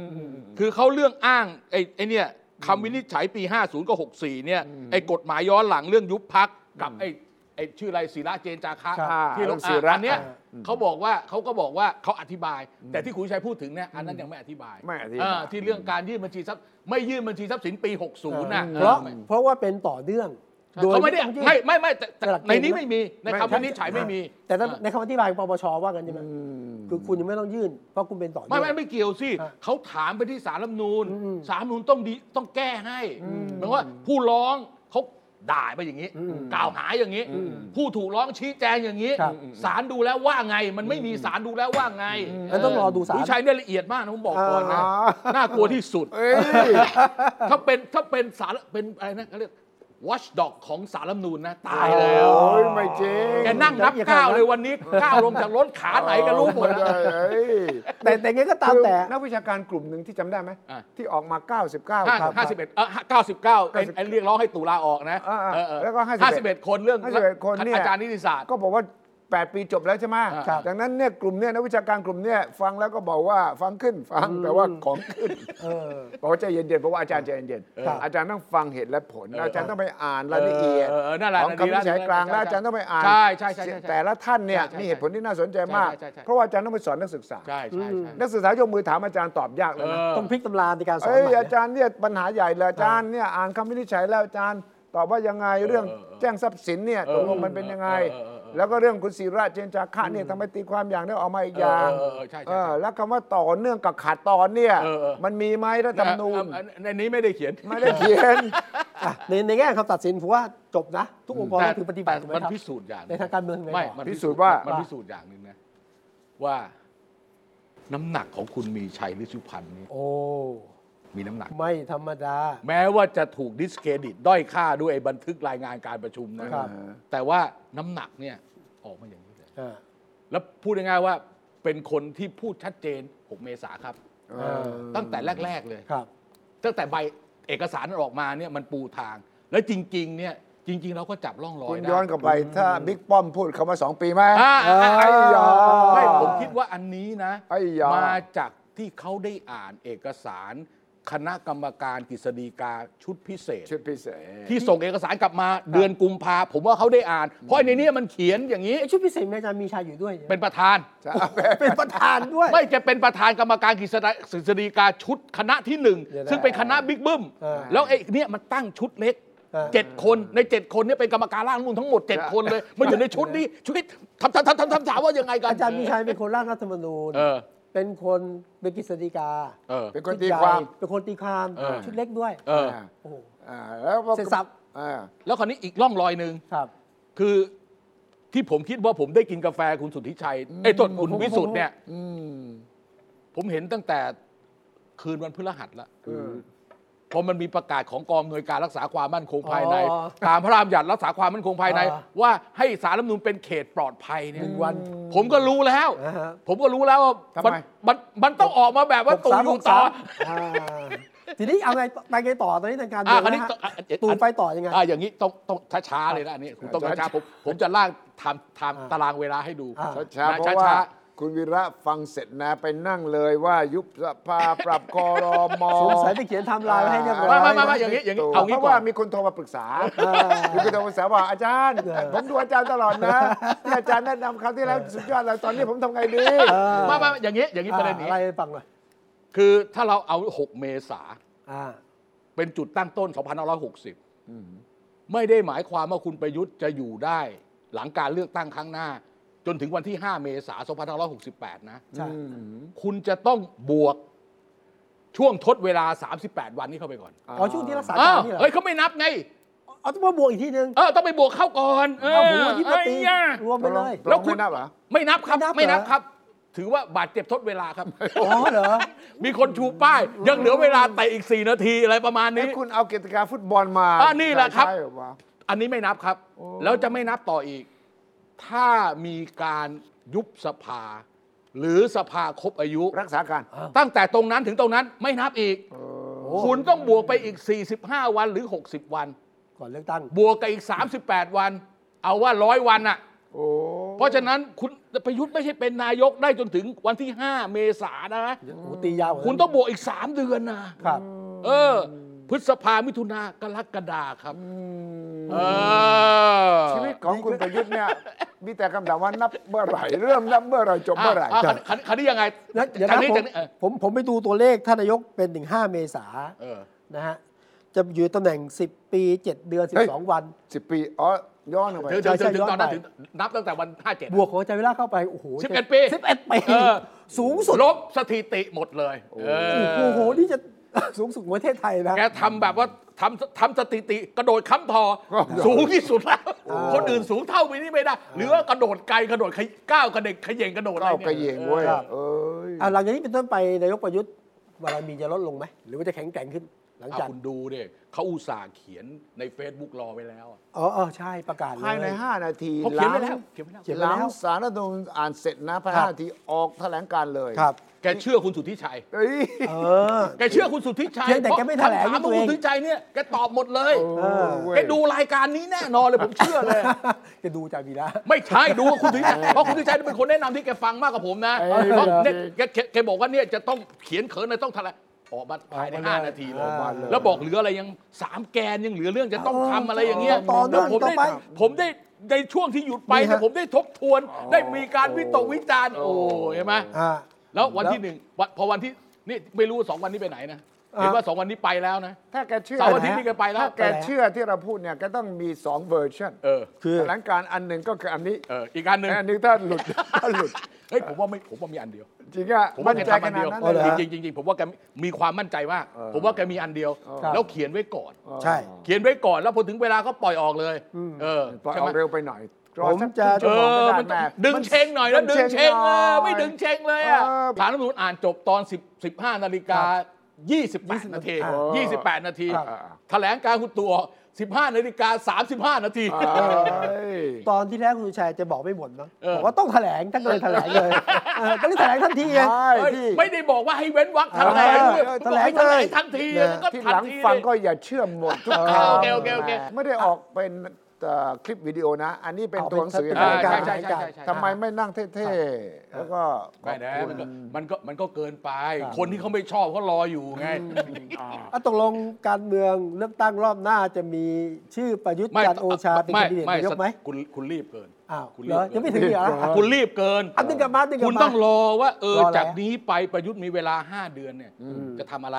S2: คือเขาเรื่องอ้างไอ้ไอ้เนี่ยคำวินิจฉัยปี 50 กับ 64 เนี่ยไอ้กฎหมายย้อนหลังเรื่องยุบพักกับไอ้ไอ้ชื่ออะไรศิระเจนจาคะ
S3: ครับ
S2: ที่ลง
S3: อ่าศิระ
S2: อันเนี้ยเขาบอกว่าเขาก็บอกว่าเขาอธิบาย แต่ที่คุณชัยพูดถึงเนี่ยอันนั้นยังไม่อธิบาย
S3: ไม่อธิบาย
S2: เที่เรื่องการยื่นบัญชีทรัพย์ไม่ยื่นบัญชีทรัพย์สินปี 60 น่ะ
S1: เพราะ
S2: เออ
S1: เพราะว่าเป็นต่อเนื่อง
S2: เขาไม่ได้
S1: ต้องยื่น
S2: ไม่ไม่ไม่แต่แต่
S1: หลักเกณฑ์
S2: ในนี้ไม่มีในคำ
S3: ไม่
S2: วินิจฉัยไม่มี
S1: แต่ถ้า
S2: เออ
S1: ในคำอธิบายของปปชว่ากันใช่ไหม
S3: อืม
S1: คือคุณยังไม่ต้องยื่น เพราะคุณเป็นต่อเนื่
S2: ไม่
S1: อง
S2: ไม่ไม่เกี่ยวสิ
S1: อ่ะ
S2: เขาถามไปที่สารรัฐธรรมนูล
S1: อืม
S2: สารรัฐธรรมนูลต้องดีต้องแก้ให้หมายว่าผู้ร้องเขาด่าไปอย่างนี้ กล่าวหาอย่างนี้ ผู้ถูกร้องชี้แจงอย่างนี้
S1: ครับ
S2: สารดูแล้วว่าไง มันไม่มีสารดูแล้วว่าไง
S1: งั้นต้องรอดูศาล
S2: ผู้ชายเนี่ยละเอียดมากนะผมบอกก่อนนะ
S3: อ่า
S2: น่ากลัวที่สุด
S3: เอ้ย
S2: ถ้าเป็นถ้าเป็นสารเป็นอะไรนะเขาเรียก watchdog ของสารรัฐธรรมนูนนะ ตายแล้ว
S3: โอ้ยไม่จริง
S2: แกนั่งนับก้าวเลยวันนี้ก้าวลงจากรถขาไหนก็รู้หมดนะ
S3: เอ้ย
S1: แต่แต่ไงก็ตามแต่
S3: คือนักวิชาการกลุ่มหนึ่งที่จำได้ไหม
S2: อ่ะ
S3: ที่ออกมา 99
S2: ห้าห้าสิบเอ็ดเออเก้าสิบเก้าไอ้ไอ้เรียกร้องให้ตุลาออกนะ
S3: อ่าๆ
S2: เออเออ
S3: แล้วก็51
S2: ห้าสิบเอ็ดคนเรื่อง
S3: 51คนเนี่ย
S2: อาจารย์นิติศาสตร์
S3: ก็บอกว่า 8 ปีจบแล้วใช่ไหม
S1: ครับ
S3: ดังนั้นเนี่ยกลุ่มเนี่ยนักวิชาการกลุ่มเนี่ยฟังแล้วก็บอกว่าฟังขึ้นฟังแต่ว่าของขึ้น
S1: เออ
S3: บอกว่าใจเย็นๆเพราะว่าอาจารย์ใจเย็น
S1: ครับ
S3: ๆอาจารย์ต้องฟังเหตุและผล
S2: เออ
S3: อาจารย์ต้องไปอ่านรายละเอียด
S2: เออเออนั่นแหละ
S3: ของคำวินิจฉัยกลางและอาจารย์ต้องไปอ่าน
S2: ใช่ใช่ใช่ใช่
S3: แต่ละท่านเนี่ย
S2: ใช่
S3: มีเหตุผลที่น่าสนใจมาก
S2: ใช่ใช่ใช่
S3: เพราะว่าอาจารย์ต้องไปสอนนักศึกษา
S2: ใช่ใช่ใช่
S3: นักศึกษายกมือถามอาจารย์ตอบยากเลยนะ
S1: ต้องพลิกตำราในการสอน
S3: เอ้ย
S1: ใหม่
S3: อา
S1: นะ
S3: จารย์เนี่ยปัญหาใหญ่เลยอาจารย์เนี่ยอ่านคำวินิจฉัยแล้วอาจารย์ตอบว่ายังไงเรื่องแจ้งทรัพย์สินเนี่ยตกลงมันเป็นยังไง แล้วก็เรื่องคุณศิระเจนจาคะเนี่ยทำไมตีความอย่างได้ออกมาอีกอย่าง
S2: เออเออใช่
S3: เอ
S2: ใช่ใช่
S3: อแล้วคำว่าต่อเนื่องกับขาดตอนเนี่ย
S2: เออเออ
S3: มันมีไหมรัฐธรรมนูญ
S2: เออเออในนี้ไม่ได้เขียน
S3: ไม่ได้เขียน
S1: อ่ะในในแง่คำตัดสินผมว่าจบนะ ทุกองค์กร
S2: แต่
S1: ก็ถือปฏิบัติถูกไหม
S2: มัน
S1: ครับ
S2: พิสูจน์อย่างห
S1: ในทางการเมืองยังไง
S2: ไม่
S1: ต่อ
S2: มัน
S3: พิสูจน์ว่า
S2: มันพิสูจน์อย่างหนึ่งนะ ว่าน้ำหนักของคุณมีชัยฤชุพันธ์นี่
S1: โอ้
S2: มีน้ำหนัก
S1: ไม่ธรรมดา
S2: แม้ว่าจะถูกดิสเครดิต ด้อยค่าด้วยบันทึกรายงานการประชุมนะ
S1: ครับ
S2: แต่ว่าน้ำหนักเนี่ยออกมาอย่างนี้เลย
S1: อ่า
S2: แล้วพูดง่ายๆว่าเป็นคนที่พูดชัดเจน 6 เมษาครับ
S3: เอ
S1: อ
S3: อ
S2: ตั้งแต่แรก ๆ เลย
S1: ครับ
S2: ตั้งแต่ใบเอกสารนั้นออกมาเนี่ยมันปูทาง แล้วจริง ๆ เนี่ยจริง ๆ เราก็จับล่องรอย
S3: คุณ
S2: ได้
S3: ย้อนกลับไปถ้าบิ๊กป้อมพูดคำว่าสองปีไหม
S2: อ่าอ่า
S3: ไอ้
S2: อ่า
S3: ยา
S2: ไม่ผมคิดว่าอันนี้นะ
S3: ไอ้ยา
S2: มาจากที่เขาได้อ่านเอกสารคณะกรรมการกฤษฎีกาชุดพิเศษ
S3: ชุดพิเศษ
S2: ที่ส่งเอกสารกลับมาเดือนกุมภาผมว่าเขาได้อ่าน เพราะในนี้มันเขียนอย่างนี้
S1: ไอชุดพิเศษมีอาจารย์มีชาอยู่ด้วยย
S2: เป็นประธาน
S1: เป็นประธานด้วย
S2: ไม่จะเป็นประธานกรรมการกฤษฎีกาชุดคณะที่หนึ่ง
S1: เดี๋ยวนะ
S2: ซึ่งเป็นคณะบิ๊กบึ้ม
S1: เออ
S2: แล้วไอ้เนี่ยมันตั้งชุดเล็ก
S1: เออ
S2: เจ็ดคนในเจ็ดคนเนี่ยเป็นกรรมการร่างรัฐธรรมนูลทั้งหมดเจ็ดคนเลยมาอยู่ในชุดนี้ชุดนี้ทำทำทำทำทำถามว่ายังไงกัน
S1: อาจารย์มีชัยเป็นคนร่างรัฐธรรมนูญ
S2: เออ
S1: เป็นคนเป็นกฤษฎีกา
S2: เออ
S3: เป็นคนตีความ
S1: ชุดใหญ่เป็นคนตีความ
S2: เออ
S1: ชุดเล็กด้วย
S2: เออ
S1: โอ้โห
S3: อ่าแล้วก็
S1: เสร็จสับ
S3: อ่า
S2: แล้วคราวนี้อีกร่องรอยหนึ่ง
S1: ครับ
S2: คือที่ผมคิดว่าผมได้กินกาแฟคุณสุทธิชัยไอ้ยต้นคุณวิสุทธ์เนี่ยผมเห็นตั้งแต่คืนวันพฤหัสแล้วเพราะมันมีประกาศของกองอำนวยการรักษาความมั่นคงภายใน
S1: อ๋อ
S2: ตามพระราชบัญญัติรักษาความมั่นคงภายใน
S1: อ่า
S2: ว่าให้สารรัฐธรรมนูญเป็นเขตปลอดภัยเนี่ย
S1: หนึ่งวัน
S2: ผมก็รู้แล้ว
S1: อ่าฮะ
S2: ผมก็รู้แล้วว่า
S3: ทำ
S2: มัน
S3: ไม
S2: มันมันต้องออกมาแบบว่า
S1: หกสามห
S2: ตู่อยู่
S1: ก
S2: ต่
S1: สา
S2: อ
S1: มอ่าทีนี้เอาไงไปไงต่อตอนนี้ทางการเมื
S2: อ่ะ
S1: อง
S2: คราวนี้
S1: นะฮะ
S2: ต้องอ่ะอ่ะ
S1: ตูนไปต่อยังไง
S2: อ่ะอย่างนี้ต้องต้องช้าๆเลยนะอันนี้คุณต้องช้าๆผมผมจะล่างไทำท
S1: อ่ะ
S2: ตารางเวลาให้ดู
S1: อ่ะ
S3: ช้าๆ
S2: นะ
S3: เพราะว่า
S2: ช้า
S3: คุณวีระฟังเสร็จนะไปนั่งเลยว่ายุบสภา ปรับคอรม
S1: สงสัยไปเขียนไทำลายไว้ให้เรียบร้อย
S2: าไม่ไม่ไม่อย่างนี้อย่างนี้เอางี้
S3: เพราะ
S2: ก่อน
S3: ว่ามีคนโทรมาปรึกษามีคนโทรมาปรึกษาว่าอาจารย์
S1: เออ
S3: ผมดูอาจารย์ตลอดนะที่อาจารย์แนะนำคราวที่แล้วสุดยอดเลยตอนนี้ผมทำไงดี
S2: ๆไม่ไม่อย่างนี้อย่างนี้ประเด็นนี้
S1: อะไรให้ฟังหน่อย
S2: คือถ้าเราเอา 6 เมษา
S1: อ่า
S2: เป็นจุดตั้งต้น 2560 ไม่ได้หมายความว่าคุณประยุทธ์จะอยู่ได้ หลังการเลือกตั้งครั้งหน้า จนถึงวันที่ 5 เมษายน2568 นะ
S1: ใช่
S2: คุณจะต้องบวกช่วงทดเวลา 38 วันนี้เข้าไปก่อน
S1: อ๋อช่วงที่รักษา
S2: อ้า
S1: า
S2: ก
S1: ว รนี่เหรอ
S2: เฮ้ยเขาไม่นับไง
S1: เอาต้องมาบวกอีกทีนึง
S2: เออ ต้องไปบวกเข้าก่อนเออ
S1: เอาผมวันที่มาตี
S2: ไอ้ยะ
S1: รวมไปเลย
S3: แล้
S2: แล้ว วคุ
S3: คุณ
S2: ณ
S3: นับเหรอ
S2: ไม่นับครับ
S1: ไม่
S2: ไม่
S1: นั
S2: นั
S1: บบ เหรอ
S2: ครับ ถือว่าบาดเจ็บทดเวลาครับ
S1: อ๋อเหรอ
S2: มีคนชูป้าย ยังเหลือเวลาแต่อีก 4 นาทีอะไรประมาณนี้
S3: นี่คุณเอากติกาฟุตบอลมา
S2: อ่ะนี่แหละครับ
S3: ใช่วะ
S2: อันนี้ไม่นับครับ
S3: โอ้
S2: แล้วจะไม่นับต่ออีก ถ้ามีการยุบสภา หรือสภาครบอายุ
S3: รักษาการ
S2: ตั้งแต่ตรงนั้นถึงตรงนั้นไม่นับอีก
S3: เออ
S1: โอ้
S2: คุณต้องบวกไปอีก 45 วันหรือ 60 วัน
S1: ก่อนเลือกตั้ง
S2: บวกกับอีก 38 วัน เอาว่าร้อยวันน่ะ
S3: โอ้
S2: เพราะฉะนั้นคุณประยุทธ์ไม่ใช่เป็นนายกได้จนถึงวันที่ 5 เมษายนนะ
S1: โอ้โหตียาวกว่านั้น
S2: คุณต้องบวกอีก 3 เดือนนะ
S1: ครับ
S2: เออ พฤษภามิถุนากรกฎาครับเออ
S3: ชีวิตของคุณประยุทธ์เนี่ย มีแต่คำถามว่านับเมื่อไหร่ เริ่มนับเมื่อไหร่จบเมื่อไหร่
S2: อ่ะอ่ะคันคันนี้ยังไง
S1: แล้วเดี๋ยว
S2: จา
S1: นะ
S2: กนี้
S1: ผม
S2: จากนี้เออ
S1: ผมผมไปดูตัวเลขท่านนายกเป็นถึง5เมษา
S2: เออ
S1: นะฮะ จะอยู่ตำแหน่ง 10 ปี 7 เดือน
S3: เฮ้ย
S1: 12 วัน
S3: สิบปี อ๋อ ย้อนออกไป
S2: ถึง
S1: ใช่
S2: ถึง
S1: ใช่
S2: ถึงตอนนั้น
S1: ย้อนไป
S2: ถึงนับตั้งแต่วันห้าเจ็ด
S1: บวกของอาจารย์วิลาเข้าไป โอ้โห
S2: 11ปี
S1: 11ปี
S2: เออ
S1: สูงสุด
S2: ลบสถิติหมดเลยเอ
S1: โอ้
S2: อ
S1: โห นี่จะ สูงสุดของประเทศไทยนะ
S2: แกทำแบบว่าทำทำสถิติกระโดดค้ำทอ
S3: ก็
S2: สูงที่สุดแล้ว
S1: อ่า
S2: คนอื่นสูงเท่าไปนี่ไม่ได้ หรือว่ากระโดดไกลกระโดดขยก้าวกระเด็กขยเงกระโดดอะไร
S3: เก้า
S2: นี่
S3: กระเหยงเว้ย
S1: ครับ
S3: เอ้ย
S1: อ่ะหลังจากนี้เป็นต้นไปนายกประยุทธ์บารมีจะลดลงไหม หรือว่าจะแข็งแกร่งขึ้น หลัง
S2: อ่ะ
S1: จาก
S2: คุณดูดิเขาอุตส่าห์เขียนใน Facebook รอไว้แล้วอะ
S1: อ๋ออ๋อใช่ประกาศเลย
S3: ภายใน 5 นาที
S2: เขาเขียนไว้แล้วเขียนไว้แล้ว
S1: เขียนไว้
S3: หลั
S1: แล้
S3: ง
S1: ว
S3: สารรัฐธรรมนูญอ่านเสร็จนะภายใน
S1: ครับ
S3: 5นาทีออกแถลงการณ์เลย
S1: ครับ
S2: แกเชื่อคุณสุทธิชัย
S3: เอ้ย
S1: เออ
S2: แกเชื่อคุณสุทธิชัย
S1: เพียงแต่แกไม่แถลง
S2: เพราะคำถามของ
S1: ตัวเอง
S2: คุณสุทธิชัยเนี่ย แกตอบหมดเลย
S3: เออเว้ย
S2: แกดูรายการนี้แน่นอนเลยผมเชื่อเลย
S1: จะดูอาจ ารย์วีระ
S2: ไม่ใช่ดูว่าคุณสุทธิ ชัย เพราะคุณสุทธิชัยเป็นคนแนะนำที่แกฟังมากกว่าผมนะ
S3: เออ
S2: เพราะเนี่ยแกแกแกบอกว่าเนี่ยจะต้องเขียนเขินเลยต้องแถลงออกมาภายใน
S1: ออกมาเลย
S2: ห้านาทีเล
S1: ออย กมาเลย
S2: แล้วบอกเหลืออะไรยังสามแกนยังเหลือเรื่องจะต้องทำอะไรอย่างเงี้ย
S1: ต่อเนื่อง
S2: ผมได้
S1: ต่อไป
S2: ผมได้ในช่วงที่หยุดไป
S1: นี่ฮะ
S2: เนี่ยผมได้ทบทวนได้มีการวิตกวิจารณ์โอ้เห็นไหม
S1: อ่า
S2: แล้ววัน
S1: แล้ว
S2: ที่หนึ่งวันพอวันที่นี่ไม่รู้ว่าสองวันนี้ไปไหนนะ
S1: อ่า
S2: เห็นว่าสองวันนี้ไปแล้วนะ
S3: ถ้าแกเชื่อ
S2: เสาร์อาทิต
S3: นะ
S2: ย์นี่แกไปแล้ว
S3: ถ้าแกเชื่อที่เราพูดเนี่ยแก็ต้องมี 2 เวอร์ชัน
S2: เออ
S1: คือ
S3: แถลงการณ์อันหนึ่งก็คืออันนี้
S2: เอออีกอันหนึ่ง
S3: อันหนึงถ้าหลุด ถ้าหลุด
S2: เฮ้ยผมว่าไม่ผมว่ามีอันเดียว
S3: จริงอ่ะ
S2: ผมว่าแก
S3: ใจ
S2: ทำ
S3: ข
S2: อัน
S3: นาด
S2: เดียว
S3: นั้น
S1: ออ
S3: เลยเหรอ
S2: จริงๆจริงๆจริงๆผมว่าแกมีความมั่นใจว่าก
S3: เออ
S2: ผมว่าแกมีอันเดียว
S1: ครับ
S2: แล้วเขียนไว้ก่อน
S1: ใช่
S2: เขียนไว้ก่อนแล้วพอถึงเวลาก็ปล่อยออกเลยเออ
S3: ปล่อย
S2: ใช่
S3: ออ
S2: ไหม
S3: กเร็วไปหน่อยรอสั
S1: ผ
S3: ก
S1: มจะ
S3: ครึ่ง
S2: เอ
S3: ชั่วโมงก็
S2: อ
S3: ได้
S2: มัน
S3: แม่
S2: ดึงเชงหน่อยแล้วดึงเชง
S3: ห
S2: เอ
S3: น่ย
S2: อไม่ดึงเชงเลยอ่ะ
S3: เออ
S2: สารรัฐธรรมนูญอ่านจบตอน10 15นาฬิกา28นาที
S1: อ่
S2: ยี่สิบแปดนาที
S3: อ่า
S2: แถลงการคุณตัว 15 นาฬิกา 35 นาที
S3: เอ้ย
S1: ตอนที่แรกคุณสุชัยจะบอกไม่หมดมั้ง
S2: เออ
S1: บอกว่าต้องแถลงท่านก็เลยแถลง เลยเออก็เลยแถลงทันทีไง
S3: ใช่
S2: เอ้ย
S3: ที่
S2: ไม่ได้บอกว่าให้เว้นวรรคแถลงด้วย
S3: เออ
S2: บอกให้
S1: แถ
S2: แถ
S1: ลง
S2: ลง
S1: เลย
S2: ทันทีแล้วก็
S3: ที่
S2: ทั
S3: ห
S2: น
S3: ลัง
S2: ที
S3: ฟัง
S2: เล
S3: ก็
S2: ย
S3: อย่าเชื่อมหมดทุก
S2: เอ
S3: คำ
S2: อโอเคโอเคโอเค
S3: ไม่ได้ออกเป็นเอ่อคลิปวิดีโอนะ อันนี้เป็นตัวหนังสือ
S2: อ่า
S1: เป็น
S2: ใช่
S1: รายการ
S2: ใช่ใช่ใช่ใช่
S3: ทำไมไม่นั่งเท่ๆ แล้วก็ขอ
S2: ไม่
S3: บ
S2: นะ
S3: คุณ
S2: มันก็มันก็มันก็เกินไป คนที่เขาไม่ชอบเขารออยู่ไง
S1: อ่ะตกลงการเมืองเลือกตั้งรอบหน้าจะมีชื่อประยุทธ์
S2: ไม่
S1: จันทร์โอชาเป็นแคนดิเดตนายกไหม
S2: คุณคุณรีบเกิน
S1: อ้าว
S2: คุณ
S1: เห
S2: รี
S1: ร
S2: บ
S1: อ
S2: เกิ
S1: ยังไม่
S2: น
S1: ถึงอีกเหรอ
S2: คุณรีบเกิน
S1: อันนึงกลับมาอันนึงกลับ
S2: คุณ
S1: มา
S2: ต้องรอว่าเออ
S1: รอแล้ว
S2: จากนี้ไปประยุทธ์มีเวลา 5 เดือนเนี่ยจะทำอะไร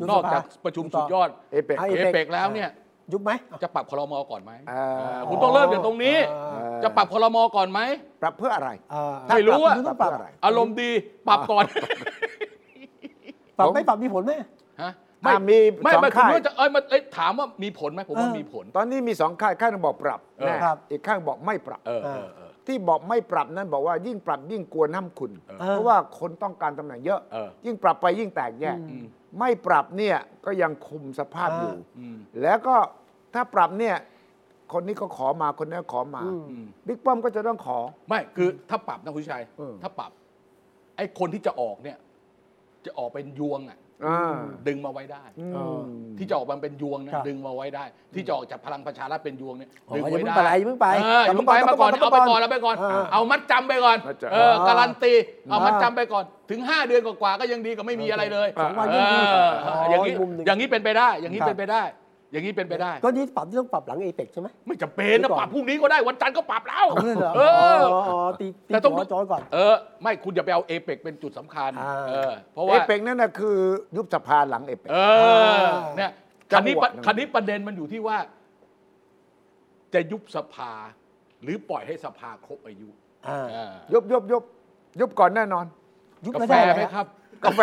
S1: ยุบสภาน
S2: อกจากประชุมสุดยอด
S3: เอเปก
S1: ไอ้
S2: เอเปกแล้วเนี่ย
S1: ยุบไหม
S2: จะปรับครมก่อนไหม
S3: อ่า
S2: เออคุณต้องเริ่มจากตรงนี้
S1: อ่า
S2: จะปรับครมก่อนไหม
S3: ปรับเพื่ออะไร
S1: อ่า
S2: ไม่รู้อะ
S1: คุณต้องปรับ
S2: อารมณ์ดีปรับก่อน
S1: ปรับ
S3: ผม
S1: ไม่ปรับมีผลไหม
S2: ฮะ
S3: อ่ะมี
S2: ไม่
S3: สอง
S2: ไม่คุณ
S3: ค่าย
S2: ว่าจะเอ้ยมันเอ้ยถามว่ามีผลไหมผมว่า
S1: เออ
S2: มีผล
S3: ตอนนี้มีสองข้างข้างหนึ่งบอกปรับ
S2: เออ
S3: แน่
S1: ครับ
S3: อีกข้างบอกไม่ปรับ
S2: เออเออเออ
S3: ที่บอกไม่ปรับนั้นบอกว่ายิ่งปรับยิ่งกลัวน้ำคุณ
S1: เออ
S3: เพราะว่าคนต้องการตำแหน่งเยอะ
S2: เออ
S3: ยิ่งปรับไปยิ่งแตกแยก ไม่ปรับเนี่ยก็ยังคุมสภาพอยู่ แล้วก็ถ้าปรับเนี่ย คนนี้ก็ขอมาคนนี้ก็ขอมาบิ๊กป้อมก็จะต้องขอ
S2: ไม่คือถ้าปรับนะคุณชัย
S3: เออ
S2: ถ้าปรับ ไอ้คนที่จะออกเนี่ย จะออกเป็นยวงอ่ะ
S3: อ่า
S2: ดึงมาไว้ได้
S3: อืม
S2: ที่จะออกมาเป็นยวงนะครับ ดึงมาไว้ได้ ที่จะออกจากพลังประชารัฐเป็นยวงเนี่ย
S1: อ๋อ
S2: ดึ
S1: อ
S2: ง
S1: ย่า
S2: ไว้
S1: เพิ่ง
S2: ได้
S1: ไปอย่าเพิ่งไป
S2: เอออย่าเพิ่งไป
S1: กลั
S2: มา
S1: บ
S2: ก่
S1: มา
S2: อน
S1: ก่
S2: เอา
S1: อน
S2: ไปก่อนเอาไปก่อน
S1: อ่า
S2: เอามัดจำไปก่อน
S3: มัดจำ
S2: เออการันตีเอามัดจำไปก่อนถึง 5 เดือนกว่าๆก็ยังดีกว่าไม่มีอะไรเลย
S1: สองวัน
S2: เอ
S1: ยังดี
S2: อ
S1: อ๋อ
S2: อ
S1: อย่าง
S2: นี้
S1: มุมหนึ่ง
S2: อย่างนี้เป็นไปได้ อย่างนี้เป็นไปได้ อย่างนี้เป็นไปได้
S1: ก็นี่ปรับที่ต้องปรับหลังเอเปกใช่ไหม
S2: ไม่จำเป็นนะ
S1: เดี๋ยวก่อน
S2: ปรับพรุ่งนี้ก็ได้วันจันทร์ก็ปรับแล้ว
S1: เอาเลยเหรอ
S2: เออ
S1: ออ๋อตีตี
S2: แต่ต้องดู
S1: จอยก่อน
S2: เออ ไม่คุณอย่าไปเอาเอเปกเป็นจุดสำคัญ
S1: อ่า
S2: เออเพราะ
S3: เอ
S2: ว่า
S3: เปกนั่นนะคือยุบสภาหลังเอเปก
S2: เออเนี่ย
S3: จั
S2: คั
S3: ง
S2: น
S3: หวะ
S2: นี้ปะ
S3: หนึ่ง
S2: คันนี้ประเด็นมันอยู่ที่ว่า จะยุบสภา หรือปล่อยให้สภาครบอายุ
S1: อ่า
S2: อ่า
S3: ยุบยุบยุบยุบก่อนแน่นอน
S1: ยุบ
S2: กา
S1: แล้ว
S2: แฟ
S1: ได้อะ
S2: ไห
S1: ไรค
S2: มค
S1: รับ
S2: รับ
S3: กาแฟ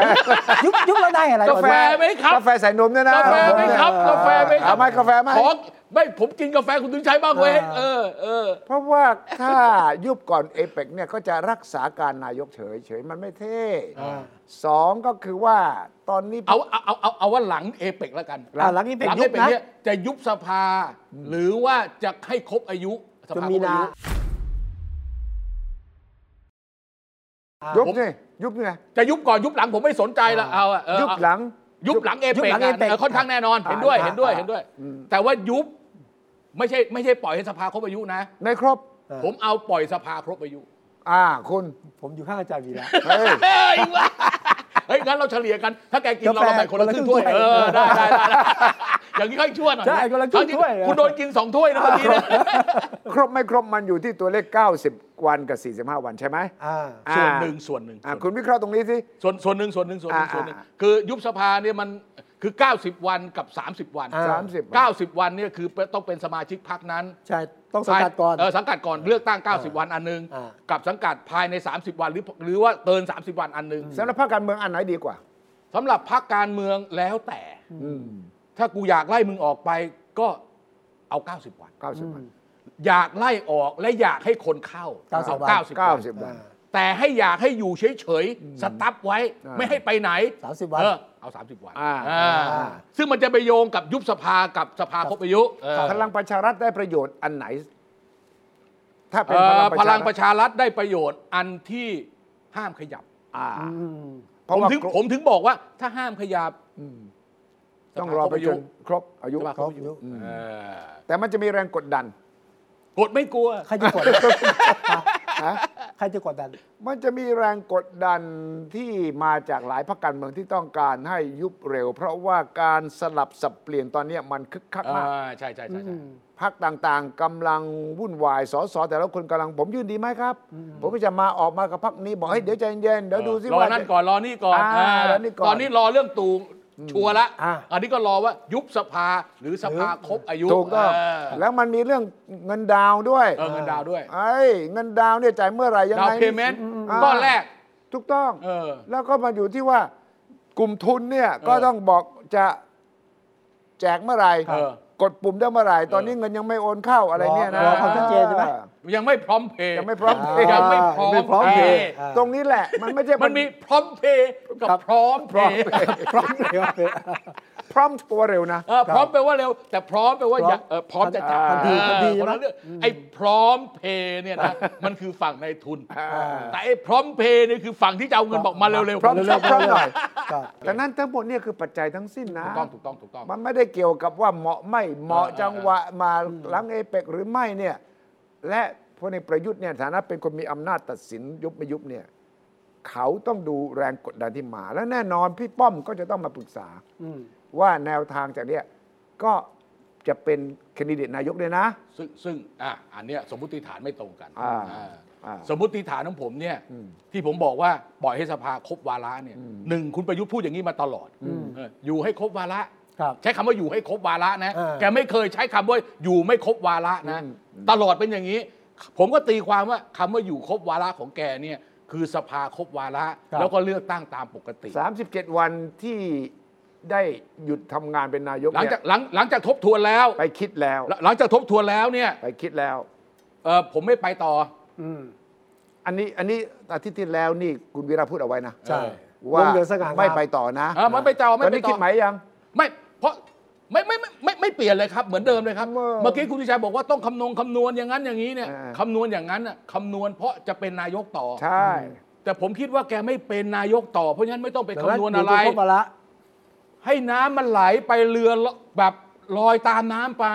S1: ยุบยุบแล้วได้อะไร
S2: กา
S1: ก่อน
S2: แฟ
S1: ว่า
S2: ไหมครับ
S3: กาแฟใส่นมเนี่ยนะ
S2: กาแฟไหมครับ
S3: ผม
S2: กา
S3: เนี่ย
S2: แฟไหมครั
S3: เอา
S2: บ
S3: ไหมกาแฟไหม
S2: ขอไม่ผมกินกาแฟคุณถึงใช้บ้างเว้ย
S1: อ่า
S2: เออเออ
S3: เพราะว่าถ้ายุบก่อนเอเปกเนี่ยก็จะรักษาการนายกเฉยเฉยมันไม่เท่
S2: อ่า
S3: สองก็คือว่าตอนนี้
S2: เอาเอาเอาเอาเอาว่าหลังเอเปกแล้วกัน
S1: อ่าหลัง APEC ยุบนะ
S2: เนี่ยจะยุบสภา หรือว่าจะให้ครบอายุส
S1: จน
S2: ภา
S1: มี
S2: ครบอา
S1: นา
S2: ยุ
S3: ยุบนี่ยุบนี่ไง
S2: จะยุบก่อนยุบหลังผมไม่สนใจละเอาอะเออ
S3: ยุบหลัง
S2: ยุบหลังเอ
S1: ยุบ
S2: เปก
S1: หลัง APEC
S2: ค่อนข้างแน่นอนเห็นด้วย
S1: อ่า
S2: เห็นด้วย
S1: อ่า
S2: เห็นด้วย แต่ว่ายุบไม่ใช่ไม่ใช่ปล่อยให้สภาครบอายุนะ
S3: ในครบ
S2: ผมเอาปล่อยสภาครบอายุ
S3: อ่าคุณ
S1: ผมอยู่ข้างอาจารย์วี ระ
S3: เฮ้ย
S2: เฮ้ยว่าเฮ้ยงั้นเราเฉลี่ยกัน ถ้าแกกิน
S1: กา
S2: เรา
S1: แฟ
S2: เราแบ่งคนละครึ่งถ้วย
S1: คนละครึ่
S2: เอ
S1: ถ้วย
S2: ง อได้ได้ได้ได้อย่างนี้ค่อยชั่วหน่อย
S1: ใช่คนละครึ่งถ้วย
S2: คุณโดนกินสองถ้วยนะเมื่อกี้เนี่ย
S3: ครบไม่ครบมันอยู่ที่ตัวเลข 90 วันกับ 45 วันใช่ไหม
S1: อ่า
S2: ส่วน
S3: อ่า
S2: หนึ่งส่วนหนึ่ง
S3: อ่าคุณวิเคราะห์ตรงนี้สิ
S2: ส่วนส่วนหนึ่งส่วนหนึ่งส่วนหนึ่งส่วนหนึ่ง
S3: อ่าอ่า
S2: คือยุบสภาเนี่ยมันคือ 90 วันกับ 30 วัน
S1: อ่า
S3: 30
S2: 90 วันเนี่ยคือต้องเป็นสมาชิกพักนั้น
S1: ใช่ต้องสังกัดก่อน
S2: เออสังกัดก่อนเลือกตั้ง 90 วันอันหนึง
S1: อ่า
S2: กับสังกัดภายใน 30 วันหรือหรือว่าเกิน 30 วันอันหนึง
S3: สำหรับภาคการเมืองอันไหนดีกว่า
S2: สำหรับพักการเมืองแล้วแต่ ถ้ากูอยากไล่มึงออกไปก็เอา 90 วัน
S3: 90 วัน
S2: อยากไล่ออกและอยากให้คนเข้า
S1: เก้าสิบวั
S2: เอา
S1: น
S2: เก้าสิบวัน
S3: 90 วัน
S1: อ่า
S2: แต่ให้อยากให้อยู่เฉยๆสตั๊บไว้
S3: อ่า
S2: ไม่ให้ไปไหน
S1: สามสิบวัน
S2: เออเอา 30 วัน
S3: อ่า
S2: อ่า
S1: อ่า
S2: ซึ่งมันจะไปโยงกับยุบสภากับสภาครบอายุเออ
S3: พลังประชารัฐได้ประโยชน์อันไหน ถ้าเป็น
S2: เอ่
S3: พ
S2: อพ
S3: ลัง
S2: ลัง
S3: ป
S2: ประ ระ
S3: ชารัฐ
S2: ชารัฐได้ประโยชน์อันที่ห้ามขยับ
S3: อ่า
S1: อืม
S2: ผ
S3: เพราะ
S2: ม
S3: ว่า
S2: ถึงผมถึงบอกว่าถ้าห้ามขยับ
S3: ต้องรอไปจนครบอายุ
S2: สภาครบ
S1: ครบ
S2: อา
S1: อายุ
S2: ยุเออ
S3: แต่มันจะมีแรงกดดัน
S2: กดไม่กลัว
S1: ใครจะกดดัน
S3: นะ
S1: ใครจะกดดัน
S3: มันจะมีแรงกดดันที่มาจากหลายพรรคการเมืองที่ต้องการให้ยุบเร็ว เพราะว่าการสลับสับเปลี่ยนตอนเนี้ยมันคึกคักมาก
S2: อ่าใช่ใช่ใช่ใช่
S3: พรรคต่างๆกำลังวุ่นวายสสแต่ละคนกำลังผมยื่นดีไหมครับ ผมก็จะมาออกมากับพรรคนี้บอกเฮ้ยเดี๋ยวใจเย็นๆเดี๋ยวดูซิ
S2: รอ
S3: ว่า
S2: นั่นก่อนรอนี่ก่อน
S3: อ่า
S2: อ่าร
S3: อนี่ก่อน
S2: ตอนนี้รอเรื่องตูชัวร์ละ
S1: อ่า
S2: อันนี้ก็รอว่ายุบสภาหรือสภาครบอายุ
S3: ถูกต้อง
S2: เออ
S3: แล้วมันมีเรื่องเงินดาวน์ด้วย
S2: เออเงินดาวด้วย
S3: ไอ้เงินดาวน์เนี่ยจ่ายเมื่อไหร่ยัง
S2: ดาว
S3: ไง
S2: เพย์เมนต์
S3: อ่า
S2: ก้อนแรก
S3: ถูกต้อง
S2: เออ
S3: แล้วก็มาอยู่ที่ว่ากลุ่มทุนเนี่ยก็ต้องบอกจะแจกเมื่อไหร่
S2: เออก
S3: ดปุ่มได้เมื่อไหร่ ตอนนี้เงินยังไม่โอนเข้าอะไรเนี่ยนะ
S1: รอความชัดเจนใช่ไหม
S2: ยังไม่พร้อมเพย์
S3: ยังไม่พร้อมเพย์
S2: ยังไม่พร้อม
S1: ไม่พร้อม
S2: เพ
S1: เพ
S2: ย์
S1: ย์
S3: ตรงนี้แหละ มันไม่ใช่
S2: มันมีพร้อมเพย์กับพร้อมเพย์
S1: พร้อมเพย์
S3: พร้อมตัวเร็วนะ
S2: เออพร้อมแปลว่าเร็ว แต่พร้อมแปลว่าอย่าเออพร้อมจะจ่าย
S1: ทันทีทันที
S2: เออคน
S1: ใช่ไหม
S2: ละเรื่องไอ้พร้อมเพย์เนี่ยนะมันคือฝั่งในทุน แต่ไอ้พร้อมเพย์เนี่ยคือฝั่งที่จะเอาเงินบอกมาเร็วๆ
S3: พร้อม
S2: เร็ว
S3: พร้อมหน่อย
S1: ครับ
S3: แต่นั่นทั้งหมดเนี่ยคือปัจจัยทั้งสิ้น
S2: ๆ
S3: นะ
S2: ถูกต้องถูกต้องถูกต้อง
S3: มันไม่ได้เกี่ยวกับว่าเหมาะไม่เหมาะ
S2: เออ
S3: จังหวะมาหลังเอเปกหรือไม่เนี่ยและพลเอกประยุทธ์เนี่ยฐานะเป็นคนมีอำนาจตัดสินยุบไม่ยุบเนี่ยเขาต้องดูแรงกดดันที่มา และแน่นอนพี่ป้อมก็จะต้องมาปรึกษา
S1: อืม
S3: ว่าแนวทางจากเนี้ยก็จะเป็นแคนดิเดตนายกด้วยนะ
S2: ซึ่งซึ่งอ่ะอันเนี้ยสมมติฐานไม่ตรงกัน
S3: อ่า
S2: อ่า
S3: อ่า
S2: สมมติฐานของผมเนี่ยที่ผมบอกว่าปล่อยให้สภาครบวาระเนี่ยหนึ่งคุณประยุทธ์พูดอย่างนี้มาตลอดเอออยู่ให้ครบวาระ
S1: ครับ
S2: ใช้คำว่าอยู่ให้ครบวาระนะ
S1: อ่า
S2: แกไม่เคยใช้คำว่าอยู่ไม่ครบวาระนะ
S3: อืม
S2: ตลอดเป็นอย่างนี้ ผมก็ตีความว่าคำว่าอยู่ครบวาระของแกเนี่ยคือสภาครบวาระ
S1: ครับ
S2: แล้วก็เลือกตั้งตามปกติ
S3: 37 วันที่ได้หยุดทำงานเป็นนายก
S2: หลัง
S3: เนี่ย
S2: จากหลังหลังจากทบทวนแล้ว
S3: ไปคิดแล้ว
S2: หลังจากทบทวนแล้วเนี่ย
S3: ไปคิดแล้ว
S2: เอ่อผมไม่ไปต่อ
S1: อืม
S3: อันนี้อันนี้อาทิตย์ที่แล้วนี่คุณวีระพูดเอาไว้นะ
S1: ใช่
S3: ว่า
S1: ลงเรือสง่างาม
S3: ไม่ไปต่อนะ
S2: อ่ะไม่ไปต่อไม่
S3: ตอน
S2: ไป
S3: นี้
S2: ต่อ
S3: คิดไหมยัง
S2: ไม่เพราะไม่ไม่ไมไม่ไม่เปลี่ยนเลยครับ เหมือนเดิมเลยครับ
S3: ว้าว
S2: เมื่อกี้คุณทิชัยบอกว่าต้องคำนวณคำนวณอย่างนั้นอย่างนี้เนี่ย
S3: อ่า
S2: คำนวณอย่างนั้นน่ะคำนวณเพราะจะเป็นนายกต่อ
S3: ใช่
S2: แต่ผมคิดว่าแกไม่เป็นนายกต่อ เพราะฉะนั้นไม่ต้องไป
S1: ดัง
S2: คำนวณอะไร
S1: ยู่ที่คบวาระ
S2: ให้น้ำมันไหลไปเรือแบบลอยตามน้ำไป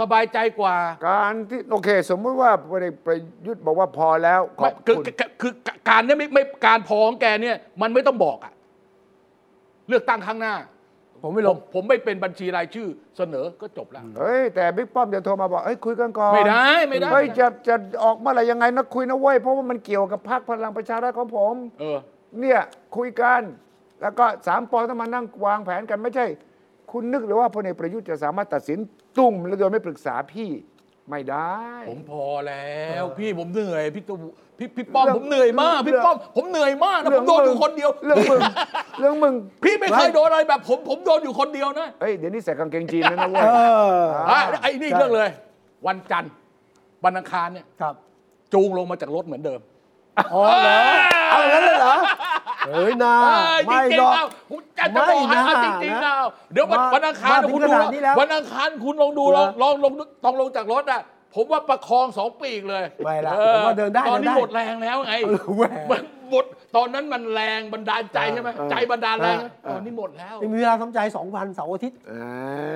S2: สบายใจกว่า
S3: การที่โอเค สมมุติว่าพลเอกประยุทธ์บอกว่าพอแล้วขอบ
S2: คือ
S3: คุณ
S2: คือคือคือการเนี่ยไม่ไม่การพอของแกเนี่ยมันไม่ต้องบอกอะเลือกตั้งข้างหน้า
S1: ผมไม่ลง
S2: ผผมไม่เป็นบัญชีรายชื่อเสนอก็จบแล้ว
S3: เฮ้ยแต่บิ๊กป้อมจะโทรมาบอกเฮ้ยคุยกันก่อน
S2: ไม่ได้ไม่ได้
S3: เฮ้ยจะจะออกเมื่อไหร่ยังไงนะคุยนะเว้ยเพราะว่ามันเกี่ยวกับพรรคพลังประชารัฐของผม
S2: เออ
S3: เนี่ยคุยกัน แล้วก็สามปอต้องมานั่งวางแผนกันไม่ใช่ คุณนึกหรือว่าพลเอกประยุทธ์จะสามารถตัดสินตุ้มแล้วโดยไม่ปรึกษาพี่ ไม่ได้
S2: ผมพอแล้ว พี่ผมเหนื่อยพี่ตู่พี่พี่ป้อมผมเหนื่อยมากพี่ป้อมผมเหนื่อยมากนะผมโดนอยู่คนเดียว
S3: เรื่องมึงเรื่องมึง
S2: พี่ไม่เคยโดนอะไรแบบผมผมโดนอยู่คนเดียวนะ
S3: เฮ้ยเดี๋ยวนี้ใส่กางเกงจีนแล้วนะเว้ย
S1: เออ
S2: อ่ะไอ้นี่อีกเรื่องเลย วันจันทร์วันอังคารเนี่ย
S1: ครับ
S2: จูงลงมาจากรถเหมือนเดิม
S1: อ๋อเหรอเอาอย่างนั้นเลยเหรอเฮ้ยนา
S2: เอ้ยจ
S1: ไม่
S2: ริง
S1: หรอก
S2: ๆเราผมจะจะบอก
S1: ไม่
S2: ให้
S1: น่า
S2: อ่ะจริงๆ
S1: นะ
S2: เราเดี๋ยววัน
S1: มา
S2: วันอังคาร
S1: มาถึง
S2: คุณดู
S1: ขนาดนี้แล้ว
S2: วันอังคารคุณลองดูลอง
S1: นะ
S2: ลองลองต้องลงจากรถอ่ะผมว่าประคองสองปีกเลย
S1: ไม่ละ
S2: ออ
S1: ผมว่าเดินได้
S2: ตอนนี้
S1: เดินได้
S2: หมดแรงแล้วไง
S1: เออแหม
S2: มันหมดตอนนั้นมันแรงบันดาลใจใช่ไหม
S3: เออ
S2: ใจบันดาลแรง
S3: เออเออ
S2: ตอนนี้หมดแล้ว
S1: มีเวลาทำใจสองวันเสาร์อาทิตย์
S3: เอ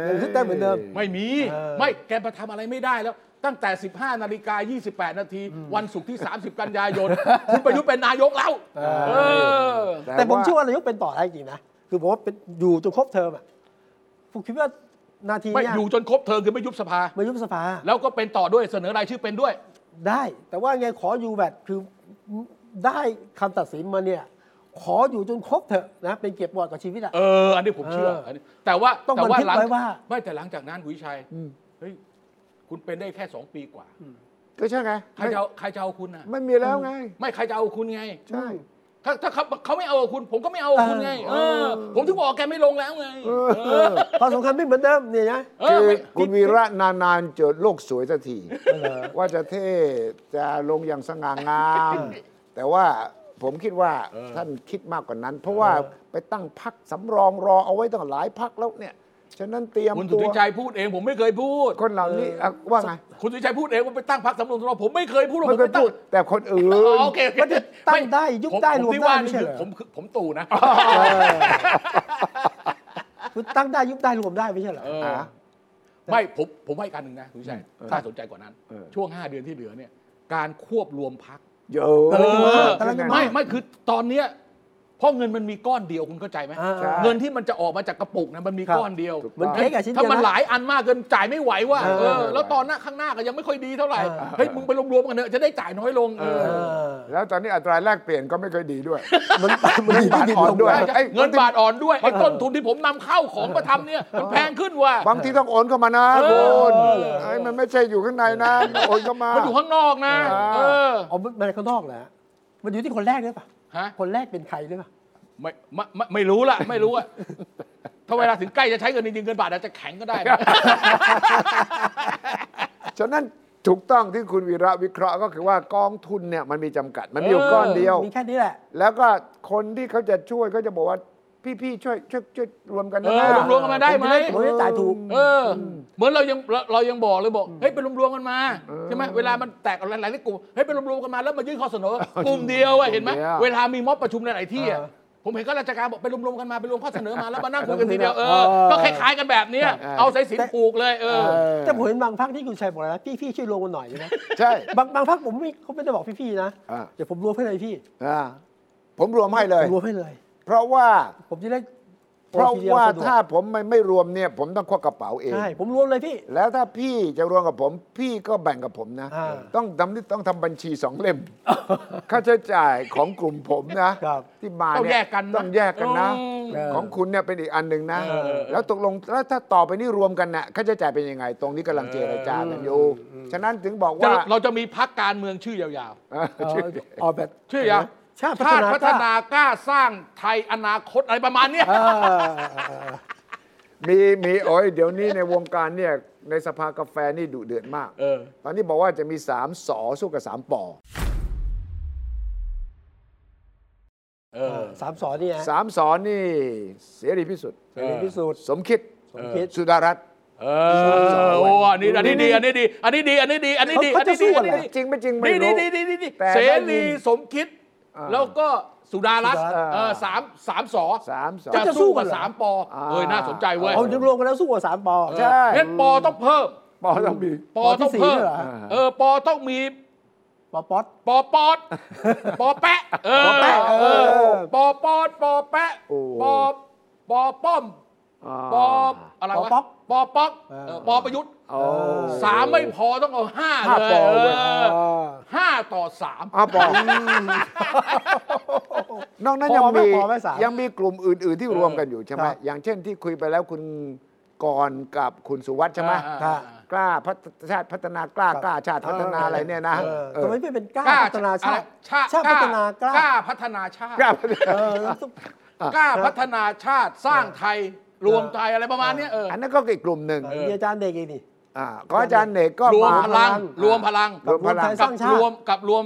S1: ยังขึ้นได้เหมือนเดิม
S2: ไม่มี
S1: เออ
S2: ไม่แกมาทำอะไรไม่ได้แล้ว ตั้งแต่ 15 นาฬิกา 28 นาที วันศุกร์ที่ 30 กันยายน คุณประยุทธ์เป็นนายกแล้ว
S1: เออ
S2: เออ
S1: แต่ผมเชื่อ
S3: ว่า
S1: ว่านายกเป็นต่อได้จริงนะ คือผมว่าเป็นอยู่จนครบเทอมอ่ะผมคิดว่านาที
S2: ไม่
S1: เนี้ย
S2: อยู่จนครบเทอมคือไม่ยุบสภา
S1: ไม่ยุบสภา
S2: แล้วก็เป็นต่อด้วยเสนอรายชื่อเป็นด้วย
S1: ได้ แต่ว่าไงขออยู่แบบคือได้คำตัดสินมาเนี่ย ขออยู่จนครบเถอะนะเป็นเกียรติบอดกับชีวิตอ่ะ
S2: เออ อันนี้ผมเชื่อ
S1: เอออั
S2: นนี้แต่ว่า
S1: ต้อง
S2: แต่
S1: บั
S2: ว่า
S1: นทึก
S2: หลัง
S1: ไว้ว่า
S2: ไม่แต่หลังจากนั้นคุณวิชัยเฮ้ยคุณเป็นได้แค่ 2 ปีกว่า
S3: ก็ใช่ไง
S2: ใครจะเอาใครจะเอาคุณอ่ะ
S3: ไม่มีแล้วไง
S2: ไม่ใครจะเอาคุณไง
S3: ใช่
S2: ถ้าถ้าเขาเขาไม่เอาคุณ ผมก็ไม่เอาคุณไงเออ ผมถึงบอกแกไม่ลงแล้วไงเออ
S1: ความสำคัญไม่เหมือนเดิมเนี่ยนะ
S2: เอ
S3: คือ อคุณวีระนานๆเจอโลกสวยสักที
S1: เหรอ
S3: ว่าจะเท่จะลงอย่างสง่างาม แต่ว่าผมคิดว่าท่านคิดมากกว่านั้น เพราะว่าไปตั้งพักสำรองรอเอาไว้ตั้งหลายพักแล้วเนี่ย ฉะนั้นเตรียม
S2: คุณสุ
S3: ตั
S2: ท
S3: ว
S2: ธิชัยพูดเองผมไม่เคยพูด
S3: คนเหล่านี้อ่ะว่าไง
S2: คุณสุทธิชัยพูดเองว่าไปตั้งพรรคสำรวจสำรองผมไม่เคยพูดว่าผ
S3: ไม่
S2: ม
S3: เค
S2: ไป
S3: ย
S2: ตั้
S3: พู
S2: ง
S3: ด แต่คนอื่น
S2: อ๋อโอเคโอเค
S1: มันจะตั้งได้ยุบได้
S2: ผม
S1: รวม
S2: ที่
S1: ได้
S2: ว่า
S1: ไม่
S2: นี่
S1: ใช่
S2: คือ
S1: เหรอ
S2: ผมคือผมตู่นะ
S1: คุณตั้งได้ยุบได้รวมได้ไม่ใช่เหรอ
S2: เออ
S3: เออ
S2: ไม่ผมผมให้การหนึ่งนะคุณสุทธิชัยถ้าสนใจกว่านั้น ช่วง 5 เดือนที่เหลือเนี่ยการควบรวมพรรค
S3: เยอะ
S1: เออ
S3: ใช่ง
S2: ไม่ไม่คือตอนเนี้ยเพราะเงินมันมีก้อนเดียวคุณเข้าใจไหม
S1: อ่า
S3: ใช่
S2: เงินที่มันจะออกมาจากกระปุกนะมันมี
S1: ครับ
S2: ก้อนเดียว
S3: ถูก
S1: เหมือน
S3: ต้อง
S1: เค้กอะชิ้นเดี
S2: ถ้า
S1: ยว
S2: มันห
S1: นะ
S2: ลายอันมากเกินจ่ายไม่ไหวว่ะ
S1: เออ
S2: เออ แล้วตอนหน้าข้างหน้าก็ยังไม่ค่อยดีเท่าไหร่
S1: เออ
S2: เฮ้ยมึงไปรวมๆกันเถอะจะได้จ่ายน้อยลงเออ
S1: เออ
S3: แล้วตอนนี้อัตราแลกเปลี่ยนก็ไม่เคอยดีด้วย
S1: มันมันดี
S3: บาท
S1: ดี
S3: อ่อน
S1: ลง
S3: ด้วย
S1: มา
S2: ใช่ใช่เงินบาทอ่อนด้วยไอ้ต้นทุนที่ผมนำเข้าของมาทำเนี่ยมันแพงขึ้นว่ะ
S3: บางทีต้องโอนเข้ามานะ
S2: เออ
S3: คุณ
S1: เหรอ
S3: ไอ้มันไม่ใช่อยู่ข้างในนะโอนเข้ามา
S2: มันอยู่ข้างนอกนะ
S3: เออ
S2: เออ
S1: อ๋อมันมันข้างนอกเหรอฮะมันอยู่ที่คนแรกด้วยป่ะ
S2: ฮะ
S1: คนแรกเป็นใครด้วยป่ะ
S2: ไม่ไม่ไม่ไม่รู้ล่ะ ไม่รู้อะถ้าเวลาถึงใกล้จะใช้เงินจริงๆเงินบาทอาจจะแข็งก็ได้นะ
S3: ฉะนั้นถูกต้องที่คุณวีระวิเคราะห์ก็คือว่ากองทุนเนี่ยมันมีจำกัด มันมีอยู่
S2: เออ
S3: ก้อนเดียว
S1: มีแค่นี้แหละ
S3: แล้วก็คนที่เขาจะช่วยก็จะบอกว่า พี่ๆช่วยช่วยช่วยรวมกัน
S2: เอ
S3: นะ
S2: อรวมๆกันมาได้ไหม
S1: ผมจะจ่ายถูก
S2: เออ เหมือนเรายังเราเรายังบอกเลยบอกเฮ้ยไปรวมๆกันมาใช่ไหมเวลามันแตกหลายๆกลุ่มเฮ้ยไปรวมๆกันมาแล้วมายื่นข้อเสนอกลุ่มเดียวอะเห็นไหมเวลามีม็อบประชุมในหลายที่อะ
S1: เออ
S2: ผมเห็นข้าราชการบอกไปรวมๆกันมาไปรวมข้อเสนอมาแล้วมานั่งคุยกันทีเดียวเอ
S1: เอ
S2: อ
S1: อ
S2: ก็คล้ายๆกันแบบเนี้ยเอาสายสิญจนผูกเลยเออ
S1: แต่ผมเห็นบางพักที่คุณชัยบอกแล้วนะพี่พี่ช่วยลงกันหน่อยนะ
S3: ใช่
S1: บางบางพักผมไม่เขาไม่ได้บอกพี่พี่ๆนะ
S3: อ่า
S1: เดี๋ยวผมรวมให้เลยพี่
S3: อ่าผมรวมให้เล
S1: ผ
S3: ย
S1: มรวมให้เลย
S3: เพราะว่า
S1: ผมจะได้
S3: เพราะ
S1: ทีดีย
S3: ว่า
S1: สดก
S3: ถ้าผมไม่ไม่รวมเนี่ย ผมต้องควักกระเป๋าเอง
S1: ใช่ ผมรวมเลยพี่
S3: แล้วถ้าพี่จะรวมกับผม พี่ก็แบ่งกับผมนะ
S1: อ่า
S3: ต้องทำนี่ต้องทำบัญชีสองเล่ม ค่าใช้จ่ายของกลุ่มผมนะ
S1: ครับ
S3: ที่มา
S2: ต้อง
S3: เนี่
S2: แยกกันนะ
S3: ต้องแยกกันนะ
S1: เออ
S3: ของคุณเนี่ยเป็นอีกอันหนึ่งนะ
S2: เออเออ
S3: แล้วตกลงแล้วถ้าต่อไปนี่รวมกันน่ะค่าใช้จ่ายเป็นยังไง ตรงนี้กำลังเจรจากันอยู่ ฉะนั้นถึงบอก
S2: จะ
S3: ว่า
S2: เราจะมีพักการเมืองชื่อยาว
S3: เออ
S1: เออ
S3: ชื่อ
S1: ออกแบบ
S2: ๆ ชื่อยาว
S1: ชาติ
S2: ชาติ
S1: พั
S2: พั
S1: ฒ
S2: ฒ
S1: นาน
S2: ากล้าสร้างไทยอนาคตอะไรประมาณเนี้ย
S1: เออ
S3: มีมีโอ้ยเดี๋ยวนี้ในวงการเนี่ยในสภากาแฟนี่ดุเดือดมาก
S2: เออ
S3: ตอนนี้บอกว่าจะมีสามสอสู้กับสามปอ
S2: เออ
S1: สามสอนนี่ฮะ
S3: สามสอนี่เสรีพิสุทธิ์
S1: เสรีพิสูจน์
S3: สมคิด
S1: สมคิด
S3: สุดารัตน์
S2: เออโอ้อันนี้อันนี้ดีอันนี้ดีอันนี้ดีอันนี้ดีอันนี้ดีอั
S1: เขา
S2: น
S1: จะ
S2: นี้
S1: สู้
S2: ดี
S1: กั
S2: อั
S1: น
S2: น
S1: เหรอ
S2: นี้ดี
S3: จริงไม่จริงไม่
S2: นี่
S3: รู้
S2: นี่นี่นี่นี่
S3: แต่
S2: เส
S3: ได้ยิน
S2: รีสมคิด
S3: อ่า
S2: แล้วก็สุดารัตน์
S1: สุดารัตน์
S2: เออสามสามสอ
S3: สามสอ
S2: จะสู้กับสามปออา เออน่าสนใจเว้ย
S1: เอาเดี๋ยวรวมกันแล้วสู้กับสามปอ
S3: ใช่
S2: งั้นปอต้องเพิ่ม
S3: ปอต้องมี
S2: ปอต้องเพิ่ม
S1: ปอที่สี่ด้วยเหรอฮะ
S2: เออปอต้องมี
S1: ปอป๊อต
S2: ปอปอดปอแปะเออ
S3: ปอแปะ
S2: เออ
S3: เออ
S2: ปอปอดปอแปะ
S3: โอ้
S2: ปอปอป้อม
S3: อ่า
S2: ปออะไรวะ
S1: ปอป๊อก
S2: ปอป๊อกเออปอประยุทธ์
S3: โอ้
S2: สามไม่พอต้องเอาห้า
S3: ห้า
S2: เลย
S3: ปอเว้ย
S2: เออ ห้าต่อสาม
S3: อาปอกนอกนั้น
S1: พอ
S3: ยัง
S1: ไหม
S3: มี
S1: พอไหมสาม
S3: ยังมีกลุ่มอื่น ๆ ที่รวมกันอยู่ใช่ไหม
S1: ครับ
S3: อย่างเช่นที่คุยไปแล้วคุณกรณ์กับคุณสุวัสด์ใช่ไหม
S1: ค
S2: อ่า
S1: รับ
S2: อ่า
S3: กล้าพัฒชาติพัฒนากล้า
S1: ครับ
S3: กล้าชาติพัฒนาอะไรเนี่ยนะ
S1: เออ
S3: เออ
S1: ทำไมไม่เป็นกล้าพัฒนาชาติ
S2: ชา
S1: ชาติพัฒนากล้า
S2: ล้าพัฒนาชาติ
S3: กล้าพัฒนา
S1: เออแล้วต้อง
S2: กล้าพัฒนาชาติสร้างไทยรวมใจอะไรประมาณเนี้ยเออ
S3: อันนั้นก็อีกกลุ่มหนึ่ง
S1: มีอาจารย์เด็กอีกนี่
S3: อ่าก็อาจารย์เนกก็
S2: รวม
S3: มา
S2: พลังรวมพลัง
S3: รวมพ
S1: รวม
S3: ลัง
S1: ไทยส
S2: กั
S1: ร้า
S2: บ
S1: งชาติ
S2: รวมกับรวม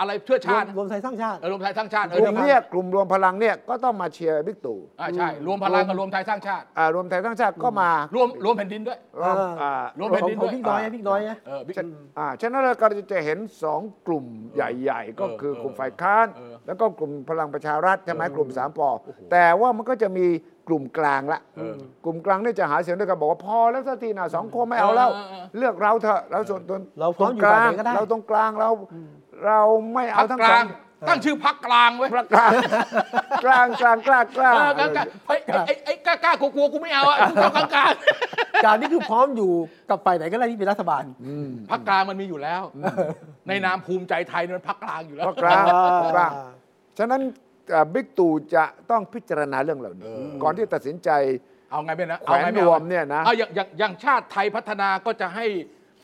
S2: อะไรเพื่อชาตินะ
S1: รวมไทยสร้างชาติ
S2: เออรวมไทยสร้างชาติเอก อ
S3: ลุ่ม
S2: นะ
S3: เนี้ยกลุ่มรวมพลังเนี่ยก็ต้องมาเชียร์บิ๊กตู่
S2: อ่าใช่รวมพลังกับรวมไทยสร้างชาติ
S3: อ่ารวมไทยทั้างชาติก็มาร
S2: วมรวมแผ่นดินด้วย
S3: รวม
S1: เอออ่
S3: ่า
S2: รวมแผ่น
S1: ของ
S2: ดิน
S1: ขอ
S2: ด้ว
S1: ง
S2: ย
S1: พี่น้อยนะพี่น้อยนะ
S2: เออบิ๊ก
S3: ฉะอ่าฉะนั้นเราก็จะเห็นสองกลุ่มใหญ่ ๆ ก็คือกลุ่มฝ่ายค้าน
S2: เออ
S3: แล้วก็กลุ่มพลังประชารัฐใช่ไหมกลุ่มสามปอแต่ว่ามันก็จะมีกลุ่มกลางละ
S2: เออก
S3: ลุ่มกลางเนี่ยจะหาเสียงด้วยกันบอกว่าพอแล้วสักทีนะสองคนไม่เอาแล้ว
S2: เออเออเออ
S3: เลือกเราเถอะเราส่วนตัว
S1: เราพร้อมอยู่
S3: ตรงก
S1: ฝ่าย
S3: ลาง
S1: ไหนก็ได้
S3: เราตรงกลางเราเราไม่
S2: พั
S3: เอา
S2: ก
S3: ทั้ง
S2: ก
S3: สอ
S2: ลาง ง ตั้งชื่อพักกลางไว้ย
S3: กลางกลางกลางกลางกลา
S2: เอง อกลางกลางเฮ้ยไอ้ไอ้กล้ากล้ากลัวกลัวกูไม่เอาอ่ะ กูเอากลางกลาง
S1: การนี่คือพร้อมอยู่กับฝ่ายไหนก็ได้ที่เป็นรัฐบาล
S2: พักกลางมันมีอยู่แล้ว ในนามภูมิใจไทยเนี่ยมันพักกลางอยู่แล้ว
S3: ก็กลางกลาง ฉะนั้นเอ่อบิ๊กตู่จะต้องพิจารณาเรื่องเหล่านี้
S2: เออ
S3: ก่อนที่จะตัดสินใจ
S2: เอาไงเป็นนะ
S3: แขวน
S2: เอาไงไ
S3: รวมเนี่ยนะ
S2: เอาอย่างอย่างอย่างชาติไทยพัฒนาก็จะให้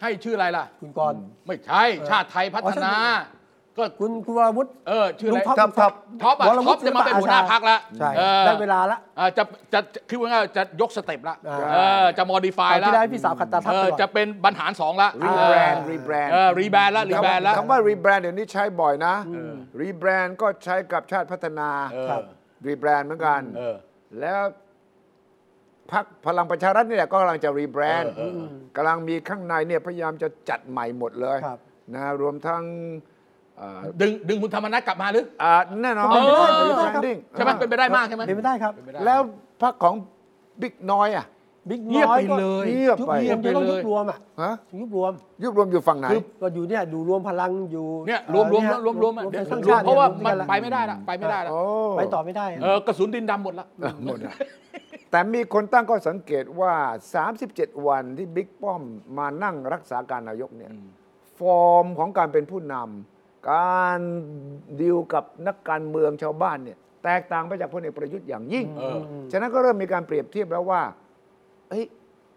S2: ให้ชื่ออะไรล่ะ
S1: คุณกรณ์
S2: ไม่ใช่ชาติไทยพัฒนา
S1: อ๋อชาติไท
S2: ก็
S1: คุณคุณวรวุฒิ
S2: เออชื่ออะไร
S1: ลุงท็อป
S2: ท็อป
S1: ท็อป
S2: ท็อปอะ
S1: วรวุฒิ
S2: ท็อปจะมาเป็นหัวหน้าพักละ
S1: ใช่
S2: ออ
S1: ได้เวลาละ
S2: อ่จะจะคือว่าไงจะยกสเต็ปละ
S1: อ่า
S2: เออจะมอดิฟาย
S1: เอา
S2: ละ
S1: ที่ได้พี่สาวขัดตาทัพ
S2: เอ
S1: ไป
S2: อ
S1: ก่อน
S2: จะเป็นบรรหารสองละ
S3: รีแบรนด์รีแบรนด์
S2: เออรีแบรนด์ละรีแบรนด์ละ
S3: คำว่ารีแบรนด์เดี๋ยวนี้ใช้บ่อยนะรีแบรนด์ก็ใช้กับชาติพัฒนา
S2: เออ
S1: ครับ
S3: รีแบรนด์เหมือนกัน
S2: เออ
S3: แล้วพักพลังประชารัฐนี่แหละก็กำลังจะรีแบรนด์
S2: เออเออเออ
S3: กำลังมีข้างในเนี่ยพยายามจะจัดใหม่หมดเลย
S1: ครับ
S3: นะรวมทั้งเอ่อ
S2: ดึงดึงคุณธรรมนัฐกลับมาหรือ
S3: อ่าแน่นอน
S2: เออ
S3: รีแบรนดิ้ง
S2: ใช่ไหมเป็นไปได้มากใช่ไหม
S1: เป็นไม่ได้ครับ
S2: เป็นไปได้
S3: แล้วพักของบิ๊กน้อยอ่ะ
S1: บิ๊ก
S2: เงี
S1: น้
S2: ยบ
S1: อย
S2: ไป
S1: ก็
S2: เลย
S3: เงียบไป
S1: เงียบจะต้องยุบรวมอ่ะ
S3: ฮะ
S1: ยุบรวม
S3: ยุบรวมอยู่ฝั่งไหน
S1: ก็อยู่เนี่ยดูรวมพลังอยู่
S2: เนี่ยรวมรวมรวมรวมรวมอะ
S1: รวม
S2: เดี๋ยว
S1: ไทยสร้าง
S2: รว
S1: ชาม ติ
S2: เพราะว่ามัน
S1: นี่ย
S2: ไปไม่ได้ละไปไม่ได้ละ
S3: โอ้
S1: ไปต่อไม่ได้
S2: เออกระสุนดินดำหมดละ
S3: หมดอะแต่มีคนตั้งข้อสังเกตว่า 37 วันที่บิ๊กป้อมมานั่งรักษาการนายกเนี่ย ฟอร์มของการเป็นผู้นำการดีลกับนักการเมืองชาวบ้านเนี่ย แตกต่างไปจากพลเอกประยุทธ์อย่างยิ่ง
S2: เออ
S3: ฉะนั้นก็เริ่มมีการเปรียบเทียบแล้วว่าเฮ้ย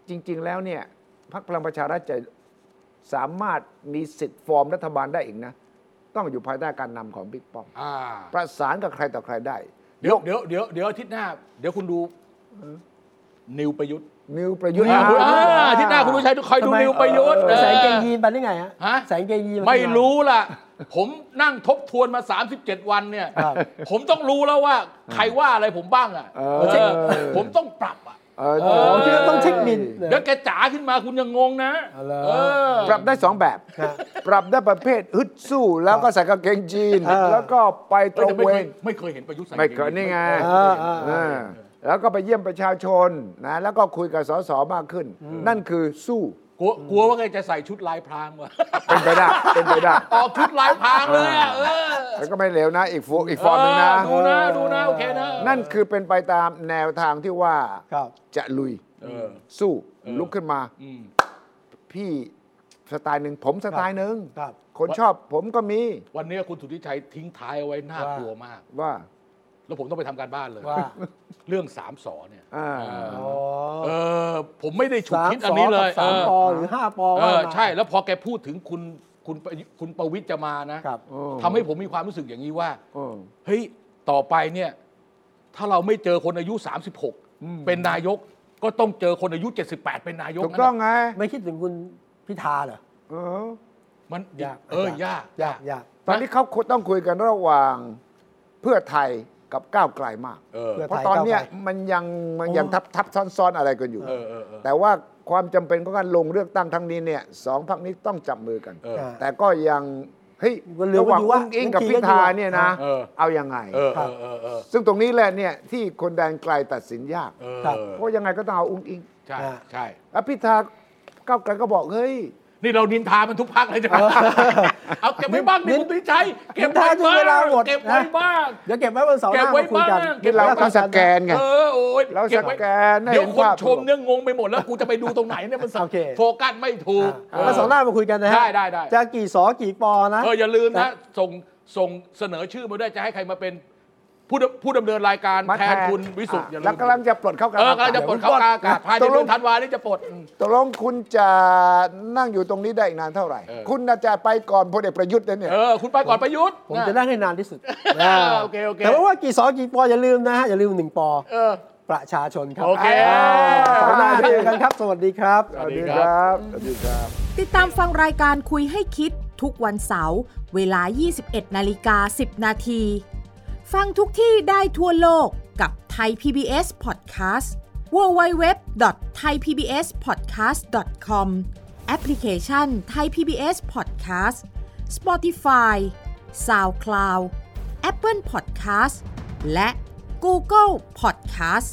S3: จริง ๆ แล้วเนี่ยพรรคพลังประชารัฐจะสามารถมีสิทธิ์ฟอร์มรัฐบาลได้อีกนะ ต้องอยู่ภายใต้การนำของบิ๊กป้อม
S2: อ่า
S3: ประสานกับใครต่อใครได้
S2: เดี๋ยวเดี๋ยวเดี๋ยวเดี๋ยวอาทิตย์หน้า เดี๋ยวคุณดูนิวประยุทธ์
S3: นิวประยุทธ์
S2: อ่า
S1: ประยุทธ์
S2: อ่าอาทิตย์หน้าคุณดูใช้คอยดู
S1: ทำไม
S2: นิวประยุทธ์
S3: เออ
S1: ใส่กางเกง
S2: เออ
S1: ยีนไปได้ไงฮะ
S2: ฮะ
S1: ใส่กางเกงยีนป
S2: ไม่
S1: ทำม
S2: รู้ล่ะ ผมนั่งทบทวนมา 37 วันเนี่ย
S1: ครับ
S2: ผมต้องรู้แล้วว่า ใครว่าอะไรผมบ้างอ่ะ
S3: เออ
S2: เออผมต้องปรับอ่ะ
S3: เออ
S1: โอ้โหคิดว่าต้องเช็คบิน
S2: เดี๋ยวแกจ๋าขึ้นมาคุณยังงงนะ
S1: เอาเลย
S2: เออ
S3: ปรับได้สองแบบ
S1: ฮะ
S3: ปรับได้ประเภทฮึดสู้แล้วก็ใส่กางเกงจีน
S1: เออ
S3: แล้วก็ไปต
S2: แต่
S3: ระ
S2: ไม่
S3: เว
S2: เคย
S3: น
S2: ไม่เคยเห็นประยุทธ์ใส่
S3: ไม่เคยนี่ไง
S1: เออเออเออ
S3: เออแล้วก็ไปเยี่ยมประชาชนนะแล้วก็คุยกับสสมากขึ้น นั่นคือสู้
S2: กลัวกลัวว่าแกจะใส่ชุดลายพรางว่ะ
S3: เป็นไปได้ เป็นไปได้
S2: ออกชุดลายพรางเลยอ่ะเออ
S3: แล้วก็ไม่เลวนะ อีกฟอร์อีกฟอร์มหนึงนะ
S2: เออดูนะดูนะโอเคนะ
S3: นั่นคือเป็นไปตามแนวทางที่ว่า
S1: ครับ
S3: จะลุย
S2: เออ
S3: สู้ลุกขึ้นมา
S2: อืม
S3: พี่สไตล์หนึ่งผมสไตล์หนึ่ง
S1: ครับ
S3: คนชอบผมก็มี
S2: วันนี้คุณสุทธิชัยทิ้งท้ายเอาไว้น่ากลัวมาก
S3: ว่า
S2: แล้วผมต้องไปทำการบ้านเลย
S1: ว่า
S2: เรื่องสามสอเนี่ย
S3: อ่า
S2: เออ
S1: อ๋อ
S2: เออผมไม่ได้ฉุก
S1: สาม
S2: คิด
S1: ส
S2: อัน
S1: อง
S2: นี้เล
S1: กับ
S2: ย
S1: สาม
S2: เออ
S1: ปอหรือห้าปอ
S2: เอ
S1: ว่า
S2: อ
S1: มา
S2: ใช่ แล้วพอแกพูดถึงคุณคุณประยุคุณประวิทย์จะมานะครับ ทำให้ผมมีความรู้สึกอย่างนี้ว่า
S3: เออ
S2: เฮ้ย ต่อไปเนี่ย ถ้าเราไม่เจอคนอายุ 36 เป็นนายกก็ต้องเจอคนอายุ 78 เป็นนายก
S3: ถูกต้อง
S2: นั่นน่ะ
S3: ไง
S1: ไม่คิดถึงคุณพิธาเหรอ
S3: เออ
S2: มัน
S1: ยาก
S2: เออยาก
S1: ยากยาก
S3: ตอนนี้เขาต้องคุยกันระหว่างเพื่อไทยกับก้าวไกลมาก
S2: เออ
S1: เพื่อ
S3: เพราะตอนเนี้ย
S1: ก้าวไกล
S3: มันยังมัน
S1: โอ้
S3: ยังทับทับซ้อนซ้อนอะไรกันอยู่
S2: เออเออเออ
S3: แต่ว่าความจำเป็นของการลงเลือกตั้งครั้งนี้เนี่ยสองพรรคนี้ต้องจับมือกัน
S2: เออ
S3: แต่ก็ยังเฮ้ย
S1: มันเหลือ
S3: ระหว่าง
S1: อยู่
S3: อุ้
S1: ว่าง
S3: อิงกับพิธาเนี่ยนะ
S2: เออ
S3: เอายังไง
S2: เออเออเออเออ
S3: ซึ่งตรงนี้แหละเนี่ยที่คนแดนไกลตัดสินยาก
S2: เออ
S1: ครับ
S3: เพราะยังไงก็ต้องเอาอุ้งอิง
S2: ใช่ใช่
S3: แล้วพิธาก้าวไกลก็บอกเฮ้ย
S2: นี่เรานินทามันทุกพักเลยจ้ะเอาเก็บไว้บ้างดิ
S1: นิน
S2: คุณตุ้ยชัยเก็บ
S1: นินทา
S2: ไว้
S1: จนเวลา
S2: บ้าง
S1: หมด
S2: เก็บไว้
S1: นะ
S2: บ้าง
S1: เดี๋ยวเก็บไว้วันเสาร์ห
S2: เก็บ
S1: น้า
S2: ไว้
S1: มาคุยกัน
S2: บ้างเก็บไว้
S3: เราก็สแกนไง
S2: เออโอ้ย
S3: เรา
S2: ก็บไว้
S3: สแกนให้
S2: เดี๋ยว
S3: เห็น
S2: คน
S3: ภาพ
S2: ชมเนี่ยงงไปหมดแล้วกูจะไปดูตรงไหนเนี่ยมันสับ
S1: โอเค
S2: โฟกัสไม่ถูก
S1: อ่ะวันเสาร์หน้ามาคุยกันนะฮะ
S2: ได้ได้ได้
S1: จะกี่สอกี่ปอนะ
S2: เอออย่าลืม
S1: ครั
S2: นะ
S1: บ
S2: ส่งส่งเสนอชื่อมาด้วยจะให้ใครมาเป็น ผู้ดำผู้ดำเนินรายการ
S3: มา
S2: แทนคุณวิสุทธิ์อย่าลืม
S3: แล้วกำลังจะปลดเข้า
S2: เออกำลังจะปลดเขากลางอากาศภายใน
S3: ตกล
S2: เดือง นธันวานี่จะปลดอืม
S3: ตกลงคุณจะนั่งอยู่ตรงนี้ได้อีกนานเท่าไหร่
S2: เออ
S3: คุณน่าจะไปก่อนพลเอกประยุทธ์นะเนี่ย
S2: เออ คุณไปก่อนประยุทธ์
S1: ผม
S2: นะ
S1: จะนั่งให้นานที่สุด
S2: อ่าโอเคโอเค
S1: แต่ว่าว่ากี่สอกี่ปออย่าลืมนะฮะอย่าลืมหนึ่งปอ
S2: เออ
S1: ประชาชนครับ
S2: โอเค
S1: าสัปดาห์หน้าเจอกันครับ สวัสดีครับ
S2: สวัสดีครับ
S3: สวัสดีครับ
S4: ติดตามฟังรายการคุยให้คิดทุกวันเสาร์เวลา 21 นาฬิกา 10 นาที ฟังทุกที่ได้ทั่วโลกกับไทย PBS Podcast www.thaipbspodcast.com แอปพลิเคชัน Thai PBS Podcast Spotify SoundCloud Apple Podcast และ Google Podcast